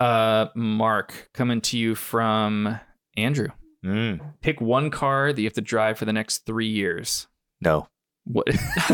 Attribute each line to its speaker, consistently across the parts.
Speaker 1: uh, Mark, coming to you from Andrew.
Speaker 2: Mm,
Speaker 1: Pick one car that you have to drive for the next three years.
Speaker 2: no.
Speaker 1: What?
Speaker 2: Next.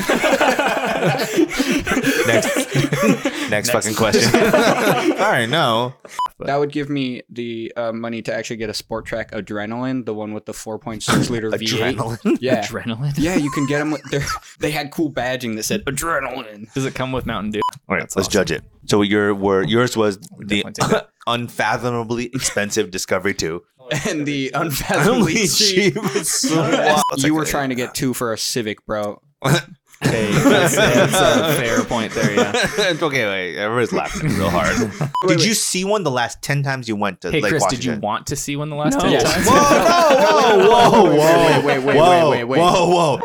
Speaker 2: Next, fucking question. All right, no.
Speaker 1: But-
Speaker 3: That would give me the uh, money to actually get a Sport Track Adrenaline, the one with the 4.6 liter V8.
Speaker 2: Adrenaline.
Speaker 3: Yeah.
Speaker 1: Adrenaline.
Speaker 3: Yeah, you can get them. With, they're- they had cool badging that said adrenaline.
Speaker 1: Does it come with Mountain Dew?
Speaker 2: All right,
Speaker 1: That's
Speaker 2: let's
Speaker 1: awesome.
Speaker 2: judge it. So your were yours was the
Speaker 1: definitely take that.
Speaker 2: unfathomably expensive Discovery Two.
Speaker 3: And the unfathomably cheap.
Speaker 2: It's so wild. It's
Speaker 3: You
Speaker 2: like,
Speaker 3: were trying to get two for a Civic, bro.
Speaker 1: Hey, that's, that's a fair point there. Yeah.
Speaker 2: It's okay, wait. Everybody's laughing real hard. did
Speaker 3: wait.
Speaker 2: you see one the last ten times you went to
Speaker 1: Hey,
Speaker 2: Lake
Speaker 1: Chris, did
Speaker 2: Washington?
Speaker 1: you want to see one the last
Speaker 3: No.
Speaker 1: ten
Speaker 3: Yes.
Speaker 1: times?
Speaker 2: Whoa, whoa, whoa, whoa,
Speaker 3: Wait, wait, wait,
Speaker 2: whoa,
Speaker 3: wait, wait, wait.
Speaker 2: whoa,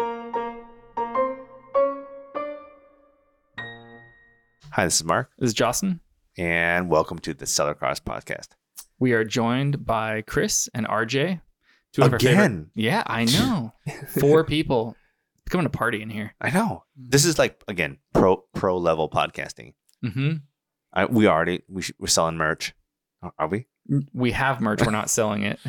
Speaker 2: whoa. Hi, this is Mark,
Speaker 1: This is Jocelyn.
Speaker 2: and welcome to the Seller Cars Podcast.
Speaker 1: We are joined by Chris and RJ. Two of our favorite.
Speaker 2: Again,
Speaker 1: Yeah, I know. Four people. It's coming to party in here.
Speaker 2: I know this is like again pro pro level podcasting.
Speaker 1: Mm-hmm.
Speaker 2: I, we already we sh- we're selling merch, Are- are we?
Speaker 1: We have merch. We're not selling it.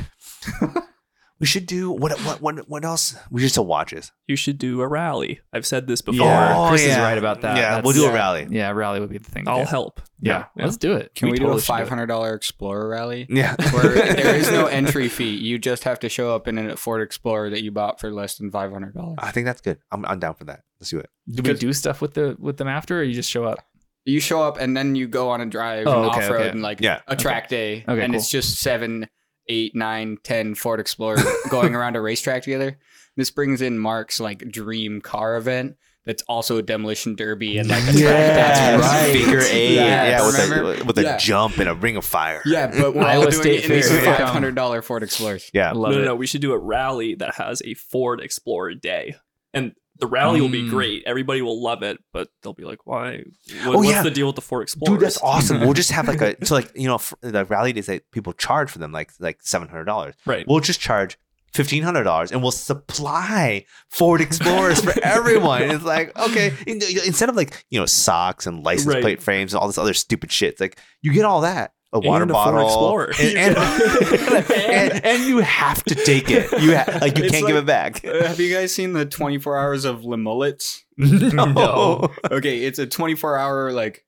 Speaker 2: We should do what what what what else? We should sell watches. Oh,
Speaker 4: you should do a rally. I've said this before.
Speaker 1: Yeah. Chris is
Speaker 2: yeah.
Speaker 1: right about that.
Speaker 2: Yeah,
Speaker 1: That's-
Speaker 2: we'll do
Speaker 3: yeah.
Speaker 2: a rally.
Speaker 1: Yeah, rally would be the thing. to
Speaker 4: I'll
Speaker 1: do.
Speaker 4: help.
Speaker 1: Yeah,
Speaker 4: Yeah.
Speaker 1: let's do it.
Speaker 3: Can we, do
Speaker 4: totally
Speaker 3: a
Speaker 4: should do it.
Speaker 3: $500 Explorer rally?
Speaker 2: Yeah,
Speaker 3: Where there is no entry fee. You just have to show up in a Ford Explorer that you bought for less than $500.
Speaker 2: I think that's good. I'm I'm down for that. Let's do it.
Speaker 1: Do we do stuff with the with them after, or you just show up?
Speaker 3: You show up and then you go on a drive
Speaker 1: Oh,
Speaker 3: and
Speaker 1: okay,
Speaker 3: off road
Speaker 1: okay.
Speaker 3: and like
Speaker 2: Yeah.
Speaker 3: a track day,
Speaker 1: Okay,
Speaker 3: and it's just seven, eight, nine, ten Ford Explorer going around a racetrack together. This brings in Mark's like dream car event that's also a demolition derby and like a track
Speaker 1: Yes,
Speaker 3: that's
Speaker 1: right.
Speaker 2: Figure eight.
Speaker 3: Yes,
Speaker 2: yeah, with
Speaker 3: remember?
Speaker 2: a with a
Speaker 3: Yeah.
Speaker 2: jump and a ring of fire.
Speaker 3: Yeah, but we're
Speaker 1: Iowa
Speaker 3: all doing
Speaker 1: State
Speaker 3: it in these
Speaker 1: Fair.
Speaker 3: five hundred dollar Ford Explorers.
Speaker 1: I
Speaker 2: yeah.
Speaker 1: love
Speaker 4: no,
Speaker 1: it.
Speaker 4: no, no. We should do a rally that has a Ford Explorer day. And the rally will be
Speaker 1: Mm.
Speaker 4: great. Everybody will love it, but they'll be like, why? What,
Speaker 2: Oh,
Speaker 4: what's
Speaker 2: yeah.
Speaker 4: the deal with the Ford Explorer?
Speaker 2: Dude, that's awesome. we'll just have like a so like you know f- the rally days that people charge for them like like seven hundred dollars.
Speaker 4: Right.
Speaker 2: We'll just charge fifteen hundred dollars and we'll supply Ford Explorers for everyone. It's like okay, in- instead of like you know socks and license
Speaker 4: Right.
Speaker 2: plate frames and all this other stupid shit, it's like you get all that a water
Speaker 4: And a Ford
Speaker 2: bottle
Speaker 4: Explorer.
Speaker 2: And, and, and- and you have to take it. You ha- like you
Speaker 3: It's
Speaker 2: can't give it back.
Speaker 3: Uh, have you guys seen the twenty four hours of Le Mullets?
Speaker 2: no.
Speaker 3: okay, it's a 24 hour like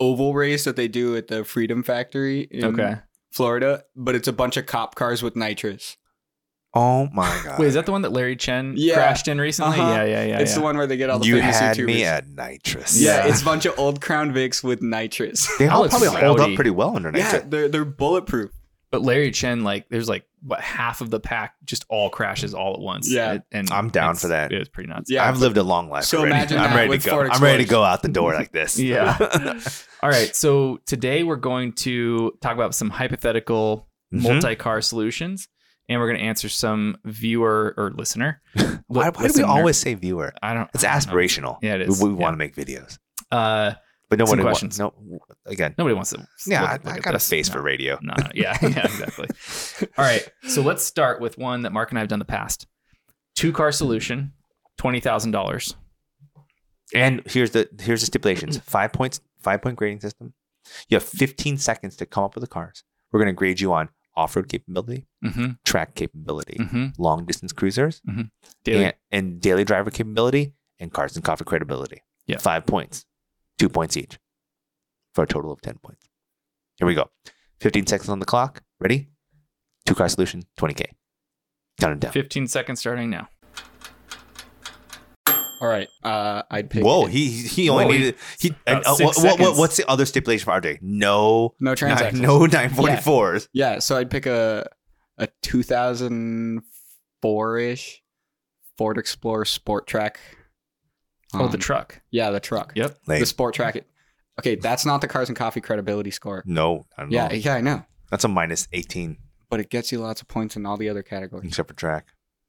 Speaker 3: oval race that they do at the Freedom Factory in
Speaker 1: Okay.
Speaker 3: Florida, but it's a bunch of cop cars with nitrous.
Speaker 2: Oh my god.
Speaker 1: Wait, is that the one that Larry Chen
Speaker 3: Yeah.
Speaker 1: crashed in recently?
Speaker 3: Uh-huh.
Speaker 1: Yeah, yeah, yeah.
Speaker 3: it's
Speaker 1: yeah.
Speaker 3: the one where they get all the
Speaker 2: you
Speaker 3: famous
Speaker 2: had
Speaker 3: YouTubers.
Speaker 2: me at nitrous.
Speaker 3: yeah,
Speaker 1: Yeah.
Speaker 3: it's a bunch of old Crown Vics with nitrous.
Speaker 2: They all
Speaker 1: Alex
Speaker 2: probably hold up
Speaker 1: Rowdy.
Speaker 2: pretty well under
Speaker 3: yeah,
Speaker 2: nitrous.
Speaker 3: they're they're bulletproof.
Speaker 1: But Larry Chen, like, there's like what half of the pack just all crashes all at once.
Speaker 3: Yeah.
Speaker 1: It- and
Speaker 2: I'm down
Speaker 1: it's-
Speaker 2: for that.
Speaker 1: It's pretty nuts.
Speaker 3: Yeah,
Speaker 2: I've lived a long life.
Speaker 3: So
Speaker 2: already.
Speaker 3: imagine
Speaker 2: I'm
Speaker 3: that
Speaker 2: ready
Speaker 3: with
Speaker 2: to go.
Speaker 3: Ford
Speaker 2: I'm ready to
Speaker 3: Explorers.
Speaker 2: go out the door like this.
Speaker 1: Yeah. all right. So today we're going to talk about some hypothetical
Speaker 2: Mhm.
Speaker 1: multi-car solutions, and we're going to answer some viewer or listener.
Speaker 2: why, why do we
Speaker 1: listener.
Speaker 2: always say viewer?
Speaker 1: I don't.
Speaker 2: It's
Speaker 1: I don't know.
Speaker 2: aspirational.
Speaker 1: Yeah, it is.
Speaker 2: We,
Speaker 1: Yeah.
Speaker 2: want to make videos,
Speaker 1: Uh,
Speaker 2: but no
Speaker 1: Some
Speaker 2: one
Speaker 1: questions.
Speaker 2: wants. No, again.
Speaker 1: nobody wants to.
Speaker 2: Yeah,
Speaker 1: look-
Speaker 2: I,
Speaker 1: look
Speaker 2: I
Speaker 1: at
Speaker 2: got
Speaker 1: this.
Speaker 2: a face
Speaker 1: No.
Speaker 2: for radio.
Speaker 1: No, no, yeah, yeah, exactly. All right, so let's start with one that Mark and I have done in the past. Two car solution, twenty thousand dollars.
Speaker 2: And here's the here's the stipulations: five points, five point grading system. You have 15 seconds to come up with the cars. We're going to grade you on off road capability,
Speaker 1: Mm-hmm.
Speaker 2: track capability,
Speaker 1: Mm-hmm.
Speaker 2: long distance cruisers,
Speaker 1: Daily.
Speaker 2: And, and daily driver capability, and cars and coffee credibility.
Speaker 1: Yeah.
Speaker 2: Five points, two points each for a total of 10 points. Here we go. 15 seconds on the clock. Ready? Two car solution, 20K. Count it down.
Speaker 1: Fifteen seconds starting now.
Speaker 3: All right, uh, I'd pick.
Speaker 2: Whoa, he he he only
Speaker 1: Whoa, he-
Speaker 2: needed he.
Speaker 1: about
Speaker 2: and, uh,
Speaker 1: six
Speaker 2: what- what-
Speaker 1: seconds.
Speaker 2: what's the other stipulation for RJ? No,
Speaker 3: no
Speaker 2: nine,
Speaker 3: transactions.
Speaker 2: no nine forty fours.
Speaker 3: Yeah, so I'd pick a a 2004 ish Ford Explorer Sport Track.
Speaker 1: oh, the
Speaker 3: Um,
Speaker 1: truck.
Speaker 3: Yeah, the truck.
Speaker 1: Yep.
Speaker 3: The sport track. It. Okay, that's not the cars and coffee credibility score.
Speaker 2: No, I don't
Speaker 3: Yeah,
Speaker 2: know.
Speaker 3: yeah, I know.
Speaker 2: That's a minus eighteen,
Speaker 3: But it gets you lots of points in all the other categories.
Speaker 2: except for track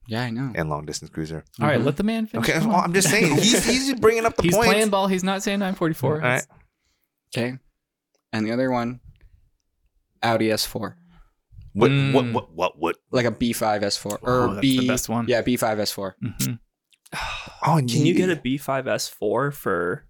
Speaker 3: Yeah, I know.
Speaker 2: and long distance cruiser.
Speaker 1: All right,
Speaker 3: Mhm.
Speaker 1: let the man finish.
Speaker 2: Okay,
Speaker 1: Come
Speaker 2: well,
Speaker 1: on.
Speaker 2: I'm just saying he's he's bringing up the
Speaker 1: Mm-hmm. he's
Speaker 2: points.
Speaker 1: playing ball. He's not saying nine forty
Speaker 2: All
Speaker 1: four.
Speaker 2: right.
Speaker 3: Okay. And the other one, Audi S4,
Speaker 2: What,
Speaker 1: Mm.
Speaker 2: what what what what?
Speaker 3: like a B5 S4 or
Speaker 1: Oh, that's
Speaker 3: B.
Speaker 1: the best one.
Speaker 3: Yeah, B5 S4.
Speaker 1: Mhm.
Speaker 2: Oh,
Speaker 4: Can you get a B5S4 for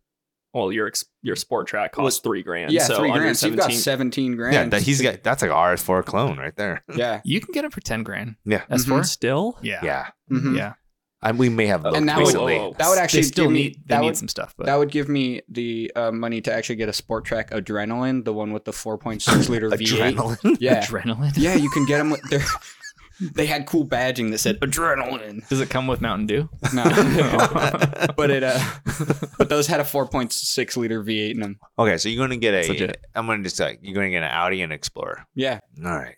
Speaker 4: well, your ex- your sport track costs three grand.
Speaker 3: yeah,
Speaker 4: so
Speaker 3: three
Speaker 4: under
Speaker 3: grand. So you've got
Speaker 4: 17
Speaker 3: seventeen grand.
Speaker 2: Yeah, that he's got that's like a RS4 clone right there.
Speaker 3: Yeah.
Speaker 1: You can get it for ten grand.
Speaker 2: Yeah.
Speaker 1: S 4
Speaker 4: still.
Speaker 1: Yeah.
Speaker 2: Yeah.
Speaker 3: Mhm.
Speaker 1: Yeah.
Speaker 2: And we may have
Speaker 4: Oh,
Speaker 2: looked
Speaker 3: And that would-
Speaker 2: recently.
Speaker 4: whoa, whoa, whoa.
Speaker 3: That would actually
Speaker 1: they still
Speaker 3: give me-
Speaker 1: need they
Speaker 3: that
Speaker 1: need
Speaker 3: would-
Speaker 1: some stuff, but
Speaker 3: That would give me the uh, money to actually get a sport track adrenaline, the one with the 4.6
Speaker 1: oh,
Speaker 3: liter V8.
Speaker 2: Adrenaline.
Speaker 3: Yeah.
Speaker 1: adrenaline.
Speaker 3: yeah, you can get them with their. They had cool badging that said adrenaline.
Speaker 1: Does it come with Mountain Dew?
Speaker 3: No, but it uh, but those had a 4.6 liter V8 in them.
Speaker 2: okay, so you're gonna get
Speaker 1: It's
Speaker 2: a
Speaker 1: legit.
Speaker 2: I'm gonna just like you're gonna get an Audi and Explorer.
Speaker 3: Yeah,
Speaker 2: All right.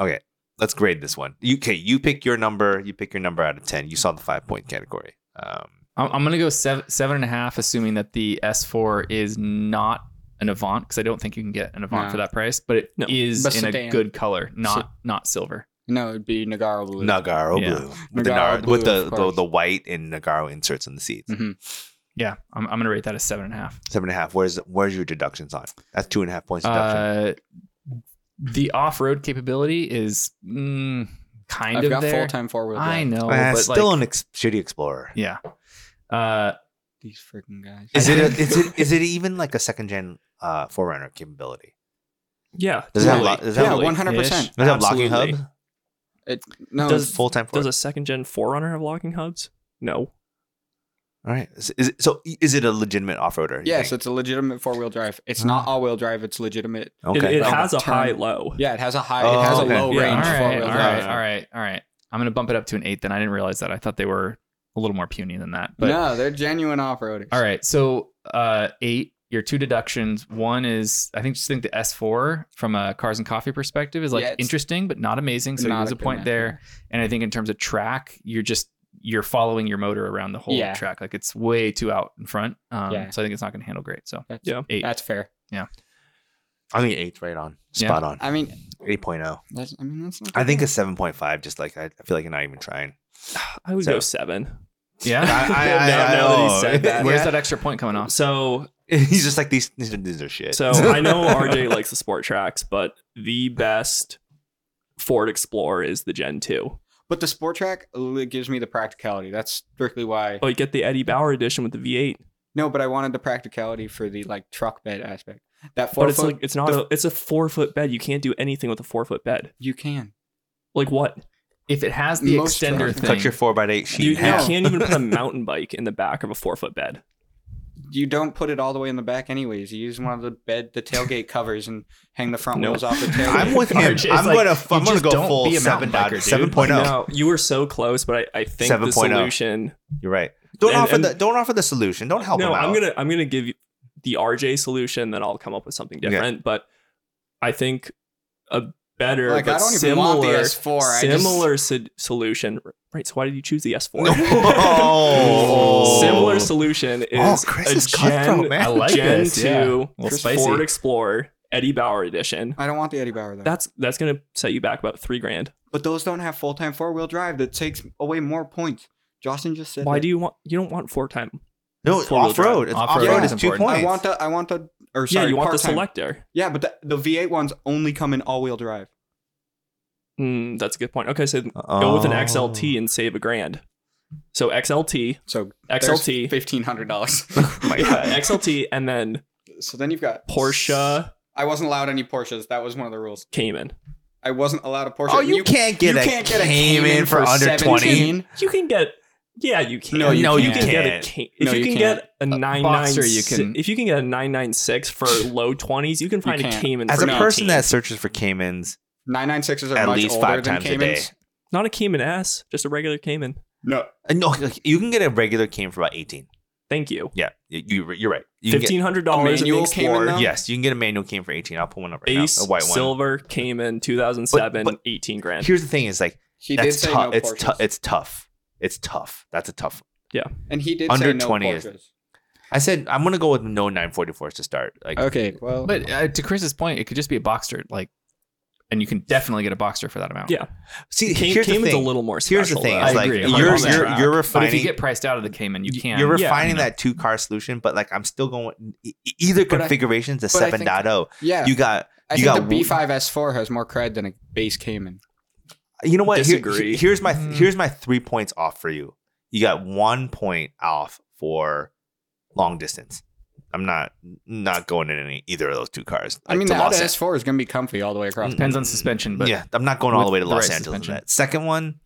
Speaker 2: Okay. Let's grade this one. You, okay, you pick your number. You pick your number out of ten. You saw the five point category. Um,
Speaker 1: I'm, I'm gonna go seven seven and a half, assuming that the S4 is not an Avant, because I don't think you can get an Avant
Speaker 3: No.
Speaker 1: for that price, but it is
Speaker 4: No.
Speaker 1: in
Speaker 3: But sedan.
Speaker 1: a good color, not not silver.
Speaker 3: no, it'd be Nagara blue.
Speaker 2: Nagaro
Speaker 1: Yeah.
Speaker 2: blue with, the,
Speaker 3: Nagaro
Speaker 2: nar- with
Speaker 3: blue,
Speaker 2: the,
Speaker 3: of
Speaker 2: the
Speaker 3: course.
Speaker 2: the white and Nagaro inserts in the seats.
Speaker 1: Mm-hmm.
Speaker 3: Mhm.
Speaker 1: Yeah, I'm, I'm gonna rate that as seven and a half.
Speaker 2: Seven and a half. Where's where's your deductions on? That's two and a half points deduction.
Speaker 1: Uh, the off-road capability is mm, kind
Speaker 3: I've
Speaker 1: of
Speaker 3: got
Speaker 1: there.
Speaker 3: full time four wheel.
Speaker 1: I know,
Speaker 2: Eh,
Speaker 1: but
Speaker 2: still
Speaker 1: like,
Speaker 2: an ex- shitty Explorer.
Speaker 1: yeah. Uh,
Speaker 3: These freaking guys.
Speaker 2: Is
Speaker 1: I
Speaker 2: it, a,
Speaker 1: think-
Speaker 2: is it is it even like a second gen uh forerunner capability?
Speaker 4: Yeah.
Speaker 2: Does it have
Speaker 4: totally.
Speaker 2: lo- does it
Speaker 3: yeah,
Speaker 2: have,
Speaker 3: one
Speaker 2: like,
Speaker 3: hundred percent.
Speaker 2: does it have locking hub?
Speaker 4: Absolutely.
Speaker 3: It no.
Speaker 4: Does-
Speaker 2: Full time
Speaker 4: Does
Speaker 2: forerunner.
Speaker 4: a second gen Forerunner have locking hubs? No.
Speaker 2: All right. Is, is it, so is it a legitimate off roader?
Speaker 3: it's- yes, it's a legitimate four wheel drive. It's not all wheel drive. It's legitimate.
Speaker 4: It,
Speaker 2: Okay.
Speaker 4: it
Speaker 3: Like a
Speaker 4: has a
Speaker 3: turn.
Speaker 4: high low.
Speaker 3: Yeah, it has a high.
Speaker 2: Oh,
Speaker 3: it has
Speaker 2: okay.
Speaker 3: a low
Speaker 4: Yeah.
Speaker 1: all
Speaker 3: range
Speaker 1: right,
Speaker 3: four
Speaker 1: all
Speaker 3: wheel
Speaker 1: right,
Speaker 3: drive.
Speaker 1: all right, all right. I'm gonna bump it up to an eight. Then I didn't realize that. I thought they were a little more puny than that. But
Speaker 3: no, they're genuine off roaders.
Speaker 1: All right. So uh eight, your two deductions. One is I think just think the S4 from a cars and coffee perspective is like
Speaker 3: Yeah, it's-
Speaker 1: interesting but not amazing. So you lose a point there. And I think in terms of track, you're just you're following your motor around the whole
Speaker 3: Yeah.
Speaker 1: track. Like it's way too out in front. Um
Speaker 3: Yeah.
Speaker 1: so I think it's not gonna handle great. So
Speaker 3: That's,
Speaker 4: Yeah.
Speaker 1: eight.
Speaker 3: that's fair.
Speaker 2: I think eight's right on.
Speaker 1: Yeah.
Speaker 2: Spot on.
Speaker 3: I mean,
Speaker 2: 8.0.
Speaker 3: that's, I mean, that's not
Speaker 2: I think a
Speaker 3: bad.
Speaker 2: 7.5, just like I, I feel like you're not even trying.
Speaker 4: I would
Speaker 2: So-
Speaker 4: go seven.
Speaker 1: Yeah.
Speaker 4: Now- now that he
Speaker 2: know.
Speaker 4: said that.
Speaker 1: Where's
Speaker 2: Yeah.
Speaker 1: that extra point coming off?
Speaker 4: So
Speaker 2: He's just like, these, these are- these are shit.
Speaker 4: so I know RJ likes the sport tracks, but the best Ford Explorer is the Gen 2.
Speaker 3: but the sport track li- gives me the practicality. That's strictly why.
Speaker 4: Oh, you get the Eddie Bauer edition with the V8.
Speaker 3: No, but I wanted the practicality for the like truck bed aspect. That four
Speaker 4: But it's
Speaker 3: foot,
Speaker 4: like it's not a it's a four foot bed. You can't do anything with a four foot bed.
Speaker 3: you can.
Speaker 4: Like what?
Speaker 1: If it has the
Speaker 3: Most
Speaker 1: extender
Speaker 3: tracks-
Speaker 1: thing.
Speaker 2: Cut your 4x8 sheet
Speaker 4: You,
Speaker 2: in
Speaker 4: you
Speaker 2: half.
Speaker 4: can't even put a mountain bike in the back of a four foot bed.
Speaker 3: You don't put it all the way in the back, anyways. You use one of the bed, the tailgate covers, and hang the front
Speaker 4: Nope.
Speaker 3: wheels off the tailgate.
Speaker 2: I'm with him.
Speaker 1: It's
Speaker 2: I'm
Speaker 1: like,
Speaker 2: going to
Speaker 1: you
Speaker 2: I'm gonna
Speaker 1: just
Speaker 2: go
Speaker 1: don't
Speaker 2: full
Speaker 1: be a
Speaker 2: 7.
Speaker 1: mountain biker, dude.
Speaker 2: 7.0.
Speaker 4: No, you were so close, but I, I think the
Speaker 2: 7.0.
Speaker 4: solution.
Speaker 2: You're right. Don't
Speaker 4: And-
Speaker 2: offer
Speaker 4: and-
Speaker 2: the don't offer the solution. Don't help
Speaker 4: no,
Speaker 2: him out.
Speaker 4: I'm gonna I'm gonna give you the RJ solution, then I'll come up with something
Speaker 2: Okay.
Speaker 4: different. But I think a better
Speaker 3: like
Speaker 4: but
Speaker 3: I don't even
Speaker 4: similar
Speaker 3: want the S4.
Speaker 4: similar so- solution. Right. So why did you choose the S4?
Speaker 2: No.
Speaker 4: similar solution is
Speaker 2: Oh, Chris
Speaker 4: a
Speaker 2: is cutthroat,
Speaker 4: Gen,
Speaker 2: man.
Speaker 1: Oh. I like
Speaker 4: Gen
Speaker 1: this. Yeah.
Speaker 4: two
Speaker 1: Well,
Speaker 4: Chris
Speaker 1: spicy.
Speaker 4: Ford Explorer Eddie Bauer edition.
Speaker 3: I, just, I don't want the Eddie Bauer though.
Speaker 4: That's that's gonna set you back about three grand.
Speaker 3: but those don't have full time four wheel drive. That takes away more points. Justin just said.
Speaker 4: Why
Speaker 3: that.
Speaker 4: do you want you don't want four time?
Speaker 2: No, it's
Speaker 4: Four-wheel
Speaker 2: off road. It's off
Speaker 1: Off-road
Speaker 2: road
Speaker 3: is
Speaker 2: is two
Speaker 1: important.
Speaker 2: points.
Speaker 3: I want the. I want the. Or
Speaker 4: yeah,
Speaker 3: sorry,
Speaker 4: you want the
Speaker 3: part-time.
Speaker 4: selector.
Speaker 3: Yeah, but the, the V8 ones only come in all wheel drive.
Speaker 4: Mm, that's a good point. Okay, so go
Speaker 2: Oh.
Speaker 4: with an XLT and save a grand. So XLT,
Speaker 3: So
Speaker 4: XLT,
Speaker 3: fifteen hundred dollars. oh
Speaker 2: my
Speaker 4: yeah, XLT, and then
Speaker 3: So then you've got
Speaker 4: Porsche
Speaker 3: I wasn't allowed any Porsches. That was one of the rules.
Speaker 4: Cayman.
Speaker 3: I wasn't allowed a Porsche.
Speaker 2: Oh, you, can't get
Speaker 3: you
Speaker 2: a
Speaker 3: can't get a
Speaker 2: Cayman
Speaker 3: Cayman
Speaker 2: for,
Speaker 3: for
Speaker 2: under 20.
Speaker 3: 17.
Speaker 4: You can get. Yeah, you can.
Speaker 3: No, you No, you
Speaker 2: can't.
Speaker 4: get a
Speaker 2: can't.
Speaker 4: Cay- if
Speaker 3: No,
Speaker 4: you,
Speaker 3: you
Speaker 4: can
Speaker 3: can't.
Speaker 4: get a nine
Speaker 1: Boxer,
Speaker 4: nine.
Speaker 1: you can-
Speaker 4: If you can get a nine nine six for low twenties, you can find a
Speaker 3: can't.
Speaker 4: Cayman.
Speaker 2: As
Speaker 4: for
Speaker 2: a person
Speaker 4: 19.
Speaker 2: that searches for Caymans
Speaker 3: Nine nine sixes are
Speaker 2: at
Speaker 3: much
Speaker 2: least
Speaker 3: older
Speaker 2: five
Speaker 3: than
Speaker 2: times a day,
Speaker 3: Caymans.
Speaker 4: not a Cayman S, just a regular Cayman.
Speaker 3: No,
Speaker 2: Uh, No, like, you can get a regular cane for about eighteen.
Speaker 4: Thank you.
Speaker 2: Yeah, y- you, you're right. You can get-
Speaker 4: Fifteen hundred dollars
Speaker 3: A
Speaker 4: in the
Speaker 3: manual Cayman
Speaker 4: Explorer.
Speaker 3: now?
Speaker 4: yeah,
Speaker 2: yes, you can get a manual cane for eighteen. I'll pull one up right
Speaker 4: base
Speaker 2: now. A white one.
Speaker 4: silver Cayman 2007,
Speaker 2: But- but-
Speaker 4: 18 grand.
Speaker 2: Here's the thing: is like
Speaker 3: he
Speaker 2: that's
Speaker 3: did say
Speaker 2: tough.
Speaker 3: no
Speaker 2: it's
Speaker 3: Porsches,
Speaker 2: tough. It's tough. It's tough. That's a tough. one.
Speaker 3: and he did
Speaker 2: under
Speaker 3: say no
Speaker 2: 20 is-
Speaker 3: Porsches.
Speaker 2: I said I'm gonna go with no 944s to start. Like
Speaker 3: Okay, well,
Speaker 1: But uh, to Chris's point, it could just be a boxster, like and you can definitely get a boxster for that amount.
Speaker 4: Yeah.
Speaker 2: see,
Speaker 4: Cay-
Speaker 2: here's the
Speaker 4: Cayman's
Speaker 2: thing.
Speaker 4: a little more special.
Speaker 2: here's the thing:
Speaker 4: though.
Speaker 1: I
Speaker 2: is like
Speaker 1: agree,
Speaker 2: you're
Speaker 1: I'm
Speaker 2: you're,
Speaker 1: on that
Speaker 2: you're
Speaker 1: track. But
Speaker 2: refining.
Speaker 1: if you get priced out of the Cayman, you can.
Speaker 2: You're
Speaker 4: yeah,
Speaker 2: refining
Speaker 1: no.
Speaker 2: that two car solution, but like I'm still going e- e- either
Speaker 3: But I-
Speaker 2: configuration's a
Speaker 3: but I think-
Speaker 2: 7.0.
Speaker 3: yeah,
Speaker 2: oh. You got
Speaker 3: I
Speaker 2: you
Speaker 3: think
Speaker 2: got-
Speaker 3: the B five S four has more cred than a base Cayman.
Speaker 2: You know what? Here-
Speaker 4: Disagree.
Speaker 2: here's my
Speaker 3: Mm-hmm.
Speaker 1: Mm.
Speaker 2: here's my three points off for you. You got one point off for long distance. I'm not not going in any either of those two cars.
Speaker 3: I mean,
Speaker 2: to
Speaker 3: the Honda
Speaker 2: Los An-
Speaker 3: S4 is going to be comfy all the way
Speaker 2: Mm.
Speaker 3: across.
Speaker 1: Depends on suspension, but
Speaker 2: yeah, I'm not going all the
Speaker 1: with
Speaker 2: way to
Speaker 1: the
Speaker 2: Los
Speaker 1: right
Speaker 2: Angeles. with
Speaker 1: suspension.
Speaker 2: That second one